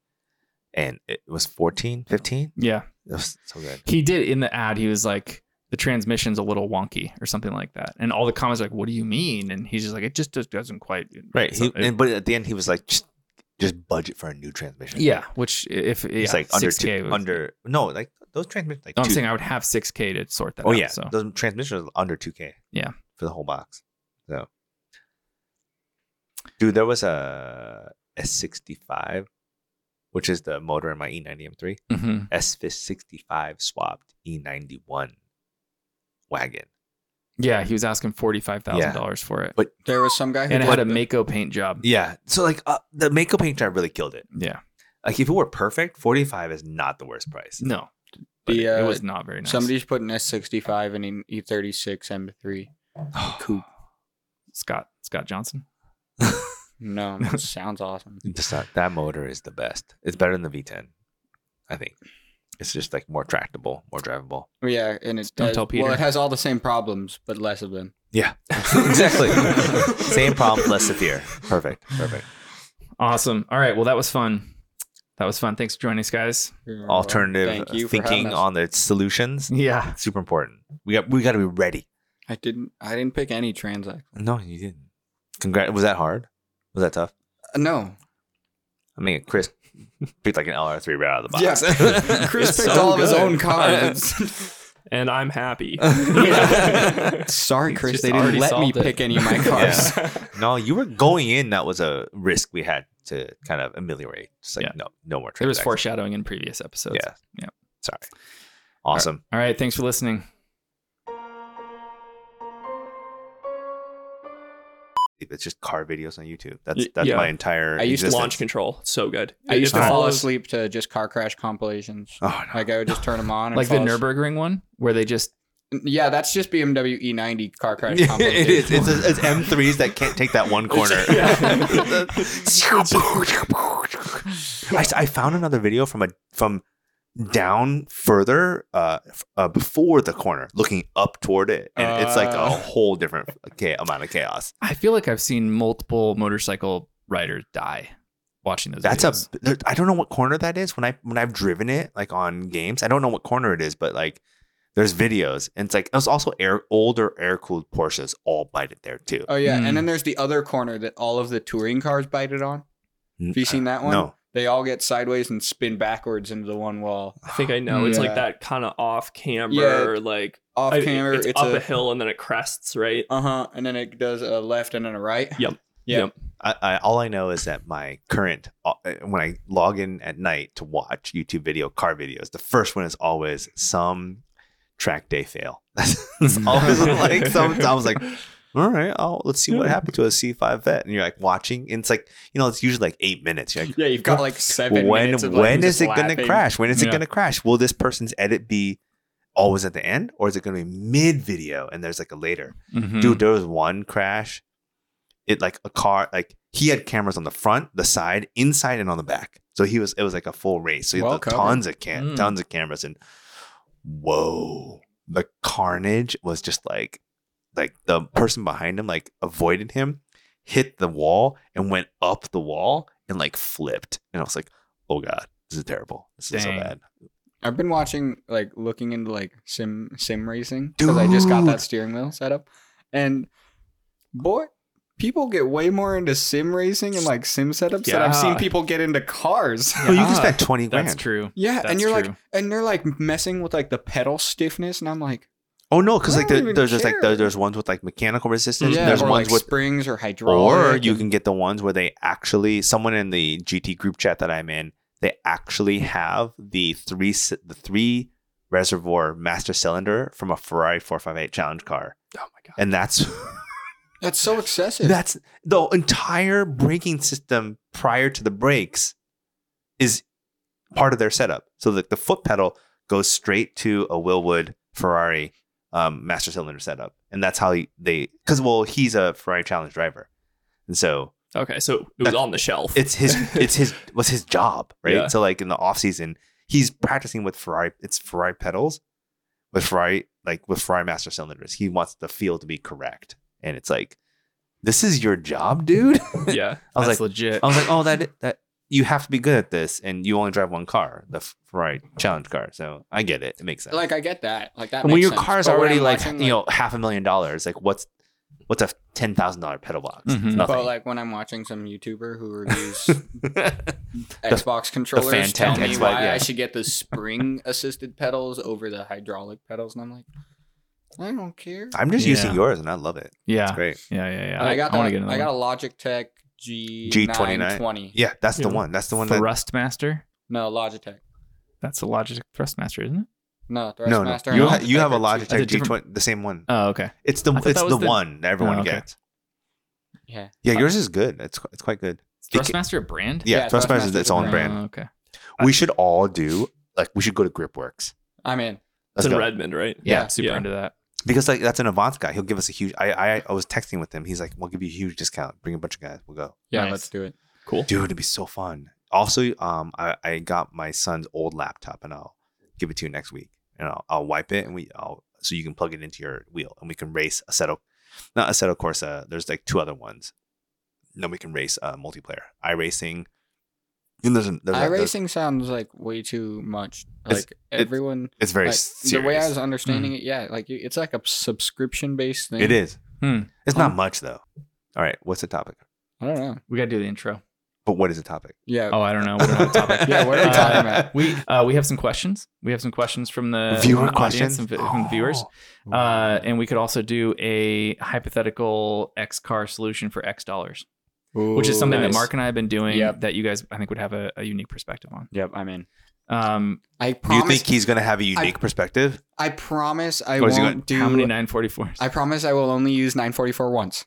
Speaker 2: and it was 14, 15.
Speaker 1: Yeah.
Speaker 2: It was so good.
Speaker 1: He did in the ad. He was like, the transmission's a little wonky or something like that. And all the comments are like, what do you mean? And he's just like, it just, just doesn't quite.
Speaker 2: Right. He,
Speaker 1: so- it-
Speaker 2: and, but at the end, he was like, just, just budget for a new transmission.
Speaker 1: yeah. Which if yeah,
Speaker 2: It's like under
Speaker 1: 6K
Speaker 2: two,
Speaker 1: was-
Speaker 2: under, no, like those transmissions. Like
Speaker 1: No, I'm
Speaker 2: two-
Speaker 1: saying I would have 6K to sort that
Speaker 2: oh,
Speaker 1: out.
Speaker 2: yeah.
Speaker 1: So
Speaker 2: Those transmissions are under 2K.
Speaker 1: Yeah.
Speaker 2: For the whole box. So, dude, there was a S65, which is the motor in my E E90 M3,
Speaker 1: Mhm.
Speaker 2: S65 swapped E91 wagon.
Speaker 1: yeah, he was asking $45,000 for it.
Speaker 3: There was some guy who
Speaker 1: And it
Speaker 3: did
Speaker 1: had a
Speaker 3: the-
Speaker 1: Mako paint job.
Speaker 2: Yeah. So like uh, the Mako paint job really killed it.
Speaker 1: Yeah.
Speaker 2: Like if it were perfect, 45 is not the worst price.
Speaker 1: No. But
Speaker 3: The,
Speaker 1: it
Speaker 3: uh,
Speaker 1: was not very nice.
Speaker 3: Somebody's putting S65 and an E E36 M3.
Speaker 2: Cool.
Speaker 1: Scott, Scott Johnson.
Speaker 3: No, it sounds awesome.
Speaker 2: Just not, that motor is the best. It's better than the V10, I think. It's just like more tractable, more drivable.
Speaker 3: Yeah, and it
Speaker 1: Don't
Speaker 3: does,
Speaker 1: tell
Speaker 3: well,
Speaker 1: Peter.
Speaker 3: it has all the same problems, but less of them.
Speaker 2: Yeah. exactly. Same problem, less severe. Perfect. Perfect.
Speaker 1: Awesome. All right. Well, that was fun. That was fun. Thanks for joining us, guys.
Speaker 2: Alternative
Speaker 3: Thank you for having
Speaker 2: thinking
Speaker 3: us.
Speaker 2: on the solutions.
Speaker 1: Yeah.
Speaker 2: Super important. We got we got to be ready.
Speaker 3: I didn't. I didn't pick any transact.
Speaker 2: No, you didn't. Congrats. Was that hard? Was that tough?
Speaker 3: Uh, no.
Speaker 2: I mean, Chris picked like an LR3 right out of the box.
Speaker 3: Yeah. Chris
Speaker 4: It's
Speaker 3: picked
Speaker 4: so
Speaker 3: all of his
Speaker 4: good.
Speaker 3: own cards.
Speaker 4: And I'm happy.
Speaker 2: Yeah.
Speaker 3: Sorry, Chris.
Speaker 1: just
Speaker 3: They didn't
Speaker 1: already
Speaker 3: let me
Speaker 1: solved it.
Speaker 3: pick any of my cards.
Speaker 2: No, you were going in. That was a risk we had to kind of ameliorate. Just like,
Speaker 1: Yeah.
Speaker 2: no, no more.
Speaker 1: There was
Speaker 2: transactions.
Speaker 1: foreshadowing in previous episodes.
Speaker 2: Yeah.
Speaker 1: Yeah.
Speaker 2: Sorry. Awesome.
Speaker 1: All right. Thanks for listening.
Speaker 2: It's just car videos on YouTube. That's
Speaker 4: Y-
Speaker 2: that's
Speaker 4: yeah.
Speaker 2: my entire.
Speaker 3: I used to
Speaker 2: existence.
Speaker 4: Launch control. So good.
Speaker 3: I used
Speaker 4: If
Speaker 3: to
Speaker 4: it
Speaker 3: fall
Speaker 4: follows-
Speaker 3: asleep to just car crash compilations.
Speaker 2: Oh no.
Speaker 3: Like I would just turn them on. And
Speaker 1: Like the
Speaker 3: fall as-
Speaker 1: Nürburgring one, where they just
Speaker 3: Yeah, that's just BMW E90 E car crash
Speaker 2: it
Speaker 3: compilation.
Speaker 2: is. It's, it's M3s that can't take that one corner. I, I found another video from a from down further uh, f- uh before the corner looking up toward it and it's like a
Speaker 3: Uh.
Speaker 2: whole different ca- amount of chaos
Speaker 1: I feel like I've seen multiple motorcycle riders die watching those.
Speaker 2: That's
Speaker 1: videos.
Speaker 2: a. there- I don't know what corner that is. When I when I've driven it like on games, I don't know what corner it is, but like there's videos and it's like it was also air older air cooled Porsches all bite it there too.
Speaker 3: Oh yeah,
Speaker 1: Hmm.
Speaker 3: and then there's the other corner that all of the touring cars bited on. Have you seen that one?
Speaker 2: No,
Speaker 3: They all get sideways and spin backwards into the one wall.
Speaker 4: I think I know. It's like
Speaker 3: Yeah.
Speaker 4: that kind of off camber,
Speaker 3: Yeah,
Speaker 4: or like
Speaker 3: Off
Speaker 4: I-
Speaker 3: camera,
Speaker 4: it's,
Speaker 3: it's,
Speaker 4: up a, hill and then it crests, right?
Speaker 3: Uh huh. And then it does a left and then a right.
Speaker 4: Yep.
Speaker 3: Yeah.
Speaker 4: Yep.
Speaker 2: I, I, all I know is that my current uh, when I log in at night to watch YouTube video car videos, the first one is always some track day fail. That's always like some. I was like, all right, I'll, let's see what happened to a C5 vet, and you're like watching, and it's like you know, it's usually like eight minutes. You're like,
Speaker 3: Yeah, you've got like seven.
Speaker 2: when
Speaker 3: minutes of, like,
Speaker 2: when
Speaker 3: just
Speaker 2: is it going to
Speaker 3: laughing.
Speaker 2: crash? When is it
Speaker 1: Yeah.
Speaker 2: going to crash? Will this person's edit be always at the end, or is it going to be mid video and there's like a later?
Speaker 3: Mm-hmm.
Speaker 1: Mhm.
Speaker 3: Hmm.
Speaker 2: Dude, there was one crash. It like a car, like he had cameras on the front, the side, inside, and on the back. So he was it was like a full race. So he
Speaker 3: Well
Speaker 2: had
Speaker 3: covered. Hmm.
Speaker 2: tons of cam,
Speaker 1: Mm.
Speaker 2: tons of cameras, and whoa, the carnage was just like, like the person behind him like avoided him, hit the wall, and went up the wall and like flipped. And I was like, oh god, this is terrible. This is so
Speaker 1: Dang.
Speaker 2: bad.
Speaker 3: I've been watching like looking into like sim sim racing because I just got
Speaker 2: Dude.
Speaker 3: that steering wheel set up, and boy, people get way more into sim racing and like sim setups than I've seen
Speaker 4: Yeah.
Speaker 3: people get into cars.
Speaker 2: Well, you can
Speaker 1: Yeah.
Speaker 2: spend twenty Ah, grand.
Speaker 1: That's true.
Speaker 3: Yeah,
Speaker 1: That's
Speaker 3: and you're
Speaker 1: true.
Speaker 3: like, and they're like messing with like the pedal stiffness, and I'm like,
Speaker 2: Oh no, because
Speaker 3: I
Speaker 2: like
Speaker 3: don't
Speaker 2: there-
Speaker 3: even
Speaker 2: there's just like
Speaker 3: care.
Speaker 2: there- there's ones with like mechanical resistance.
Speaker 3: yeah,
Speaker 2: and there's
Speaker 3: or
Speaker 2: ones
Speaker 3: like
Speaker 2: with
Speaker 3: springs or hydraulic.
Speaker 2: or you
Speaker 3: and-
Speaker 2: can get the ones where they actually someone in the GT group chat that I'm in they actually have the three s- the three reservoir master cylinder from a Ferrari 458 challenge car
Speaker 4: Oh my god.
Speaker 2: and that's
Speaker 3: That's so excessive.
Speaker 2: that's the entire braking system prior to the brakes is part of their setup so that the foot pedal goes straight to a Willwood Ferrari um, master cylinder setup and that's how they cuz well he's a Ferrari challenge driver and so
Speaker 4: Okay, so it was
Speaker 2: That-
Speaker 4: on the shelf.
Speaker 2: it's his it's his was his job right
Speaker 4: Yeah.
Speaker 2: so like in the off season he's practicing with ferrari it's ferrari pedals with ferrari like with ferrari master cylinders he wants the feel to be correct and it's like this is your job dude
Speaker 4: yeah.
Speaker 2: i
Speaker 1: That's
Speaker 2: was like
Speaker 1: legit.
Speaker 2: i was like oh that that you have to be good at this and you only drive one car the ferrari challenge car so i get it it makes sense
Speaker 3: like I get that. Like that.
Speaker 2: and when
Speaker 3: makes
Speaker 2: your
Speaker 3: sense.
Speaker 2: car's
Speaker 3: But when
Speaker 2: already
Speaker 3: I'm
Speaker 2: like
Speaker 3: watching,
Speaker 2: you know half a million dollars like what's what's a ten thousand dollar pedal box It's
Speaker 1: Mhm.
Speaker 2: nothing
Speaker 3: But like when I'm watching some YouTuber who reviews Xbox
Speaker 2: Fantech
Speaker 3: controllers, tell me
Speaker 2: Xbox,
Speaker 3: why
Speaker 2: yeah.
Speaker 3: I should get the spring assisted pedals over the hydraulic pedals, and I'm like, I don't care.
Speaker 2: i'm just using
Speaker 1: Yeah.
Speaker 2: yours and i love it it's
Speaker 1: yeah.
Speaker 2: great
Speaker 1: yeah, yeah, yeah.
Speaker 3: And I got
Speaker 1: want to
Speaker 3: that.
Speaker 1: get another
Speaker 3: I
Speaker 1: one.
Speaker 3: got a Logitech G
Speaker 2: G29.
Speaker 3: 920.
Speaker 2: Yeah, that's the
Speaker 4: Yeah.
Speaker 2: one. That's the one. That,
Speaker 1: Thrustmaster.
Speaker 3: No Logitech.
Speaker 1: That's a Logitech Thrustmaster, isn't it?
Speaker 3: No
Speaker 2: no, no,
Speaker 3: Thrustmaster. and
Speaker 2: you, ha- you
Speaker 3: Logitech
Speaker 2: have a
Speaker 3: are two-
Speaker 1: That's
Speaker 2: Logitech
Speaker 1: a
Speaker 2: G
Speaker 1: different-
Speaker 2: twenty, the same one.
Speaker 1: Oh, okay.
Speaker 2: It's the
Speaker 1: I thought
Speaker 2: it's
Speaker 1: that
Speaker 2: the
Speaker 1: was the-
Speaker 2: one that everyone
Speaker 1: Oh, okay. Uh,
Speaker 2: gets.
Speaker 3: Yeah.
Speaker 2: Yeah, yours is good. It's qu- it's quite good. It ca-
Speaker 1: Thrustmaster a brand?
Speaker 2: yeah,
Speaker 3: Yeah,
Speaker 2: Thrustmaster is
Speaker 3: Thrustmaster's
Speaker 2: its
Speaker 3: a
Speaker 2: own
Speaker 3: brand.
Speaker 2: brand.
Speaker 1: Oh, okay.
Speaker 2: We should all do like we should go to Gripworks.
Speaker 3: I'm in.
Speaker 4: It's
Speaker 2: Let's
Speaker 4: in
Speaker 2: go.
Speaker 4: Redmond, right?
Speaker 1: Yeah,
Speaker 3: Yeah.
Speaker 1: super
Speaker 4: Yeah.
Speaker 1: into that.
Speaker 2: because like that's an Avant guy. He'll give us a huge. I, I I was texting with him. He's like, "We'll give you a huge discount. Bring a bunch of guys. We'll go."
Speaker 3: Yeah,
Speaker 1: Nice.
Speaker 3: let's do it.
Speaker 4: Cool.
Speaker 2: Dude, it'd be so fun. Also, um, I, I got my son's old laptop, and I'll give it to you next week, and I'll, I'll wipe it, and we I'll, so you can plug it into your wheel, and we can race Aceto, not Aceto Corsa. There's like two other ones. Then we can race uh, multiplayer, iRacing. And there's, an, there's, a- there's
Speaker 3: iRacing sounds like way too much. Like
Speaker 2: It's- it's
Speaker 3: everyone.
Speaker 2: it's very
Speaker 3: like,
Speaker 2: serious. Mm.
Speaker 3: The way I was understanding it, yeah, like you- it's like a subscription based thing.
Speaker 2: it is.
Speaker 1: Hmm.
Speaker 2: It's
Speaker 3: Um,
Speaker 2: not much though. All right, what's the topic?
Speaker 3: I don't know.
Speaker 1: We got to do the intro.
Speaker 2: But what is the topic?
Speaker 3: Yeah.
Speaker 1: Oh, I don't know. We don't have a topic.
Speaker 3: Yeah, what are we
Speaker 1: Uh,
Speaker 3: talking about?
Speaker 1: We uh, we have some questions. We have some questions from the from
Speaker 2: Viewer
Speaker 1: the audience
Speaker 2: questions?
Speaker 1: and vi- from the viewers, uh, and we could also do a hypothetical X car solution for X dollars,
Speaker 2: Oh,
Speaker 1: which is something
Speaker 4: nice.
Speaker 1: that Mark and I have been doing.
Speaker 3: Yep.
Speaker 1: That you guys, I think, would have a, a unique perspective on.
Speaker 3: Yep, I'm in.
Speaker 1: Um,
Speaker 3: I
Speaker 2: Do you
Speaker 3: promise.
Speaker 2: think he's gonna have a unique perspective?
Speaker 3: I promise I
Speaker 2: Or is
Speaker 3: won't
Speaker 2: he
Speaker 3: do.
Speaker 1: how many 944s?
Speaker 3: I promise I will only use 944 once.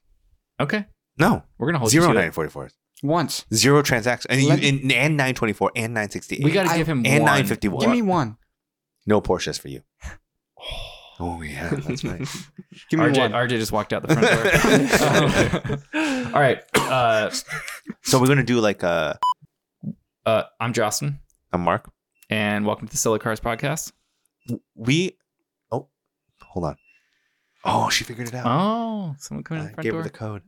Speaker 1: okay,
Speaker 2: No,
Speaker 1: we're gonna hold
Speaker 2: zero
Speaker 1: Oh, You to it.
Speaker 2: nine forty fours.
Speaker 3: Once.
Speaker 2: Zero transactions. And, you,
Speaker 3: Let-
Speaker 2: and, and 924 and 968.
Speaker 1: We got to
Speaker 3: I-
Speaker 1: give him
Speaker 2: and
Speaker 1: one.
Speaker 2: 951.
Speaker 3: Give me one.
Speaker 2: no Porsches for you. Oh, yeah. That's right.
Speaker 3: Give me
Speaker 1: RJ,
Speaker 3: one.
Speaker 1: RJ just walked out the front door. All right, uh,
Speaker 2: so we're going to do like a,
Speaker 1: uh, I'm Justin,
Speaker 2: a mark.
Speaker 1: and welcome to the Silly Cars podcast.
Speaker 2: We. Oh, hold on. Oh, she figured it out.
Speaker 1: Oh, someone coming in
Speaker 2: I
Speaker 1: the front
Speaker 2: gave
Speaker 1: door.
Speaker 2: her the code.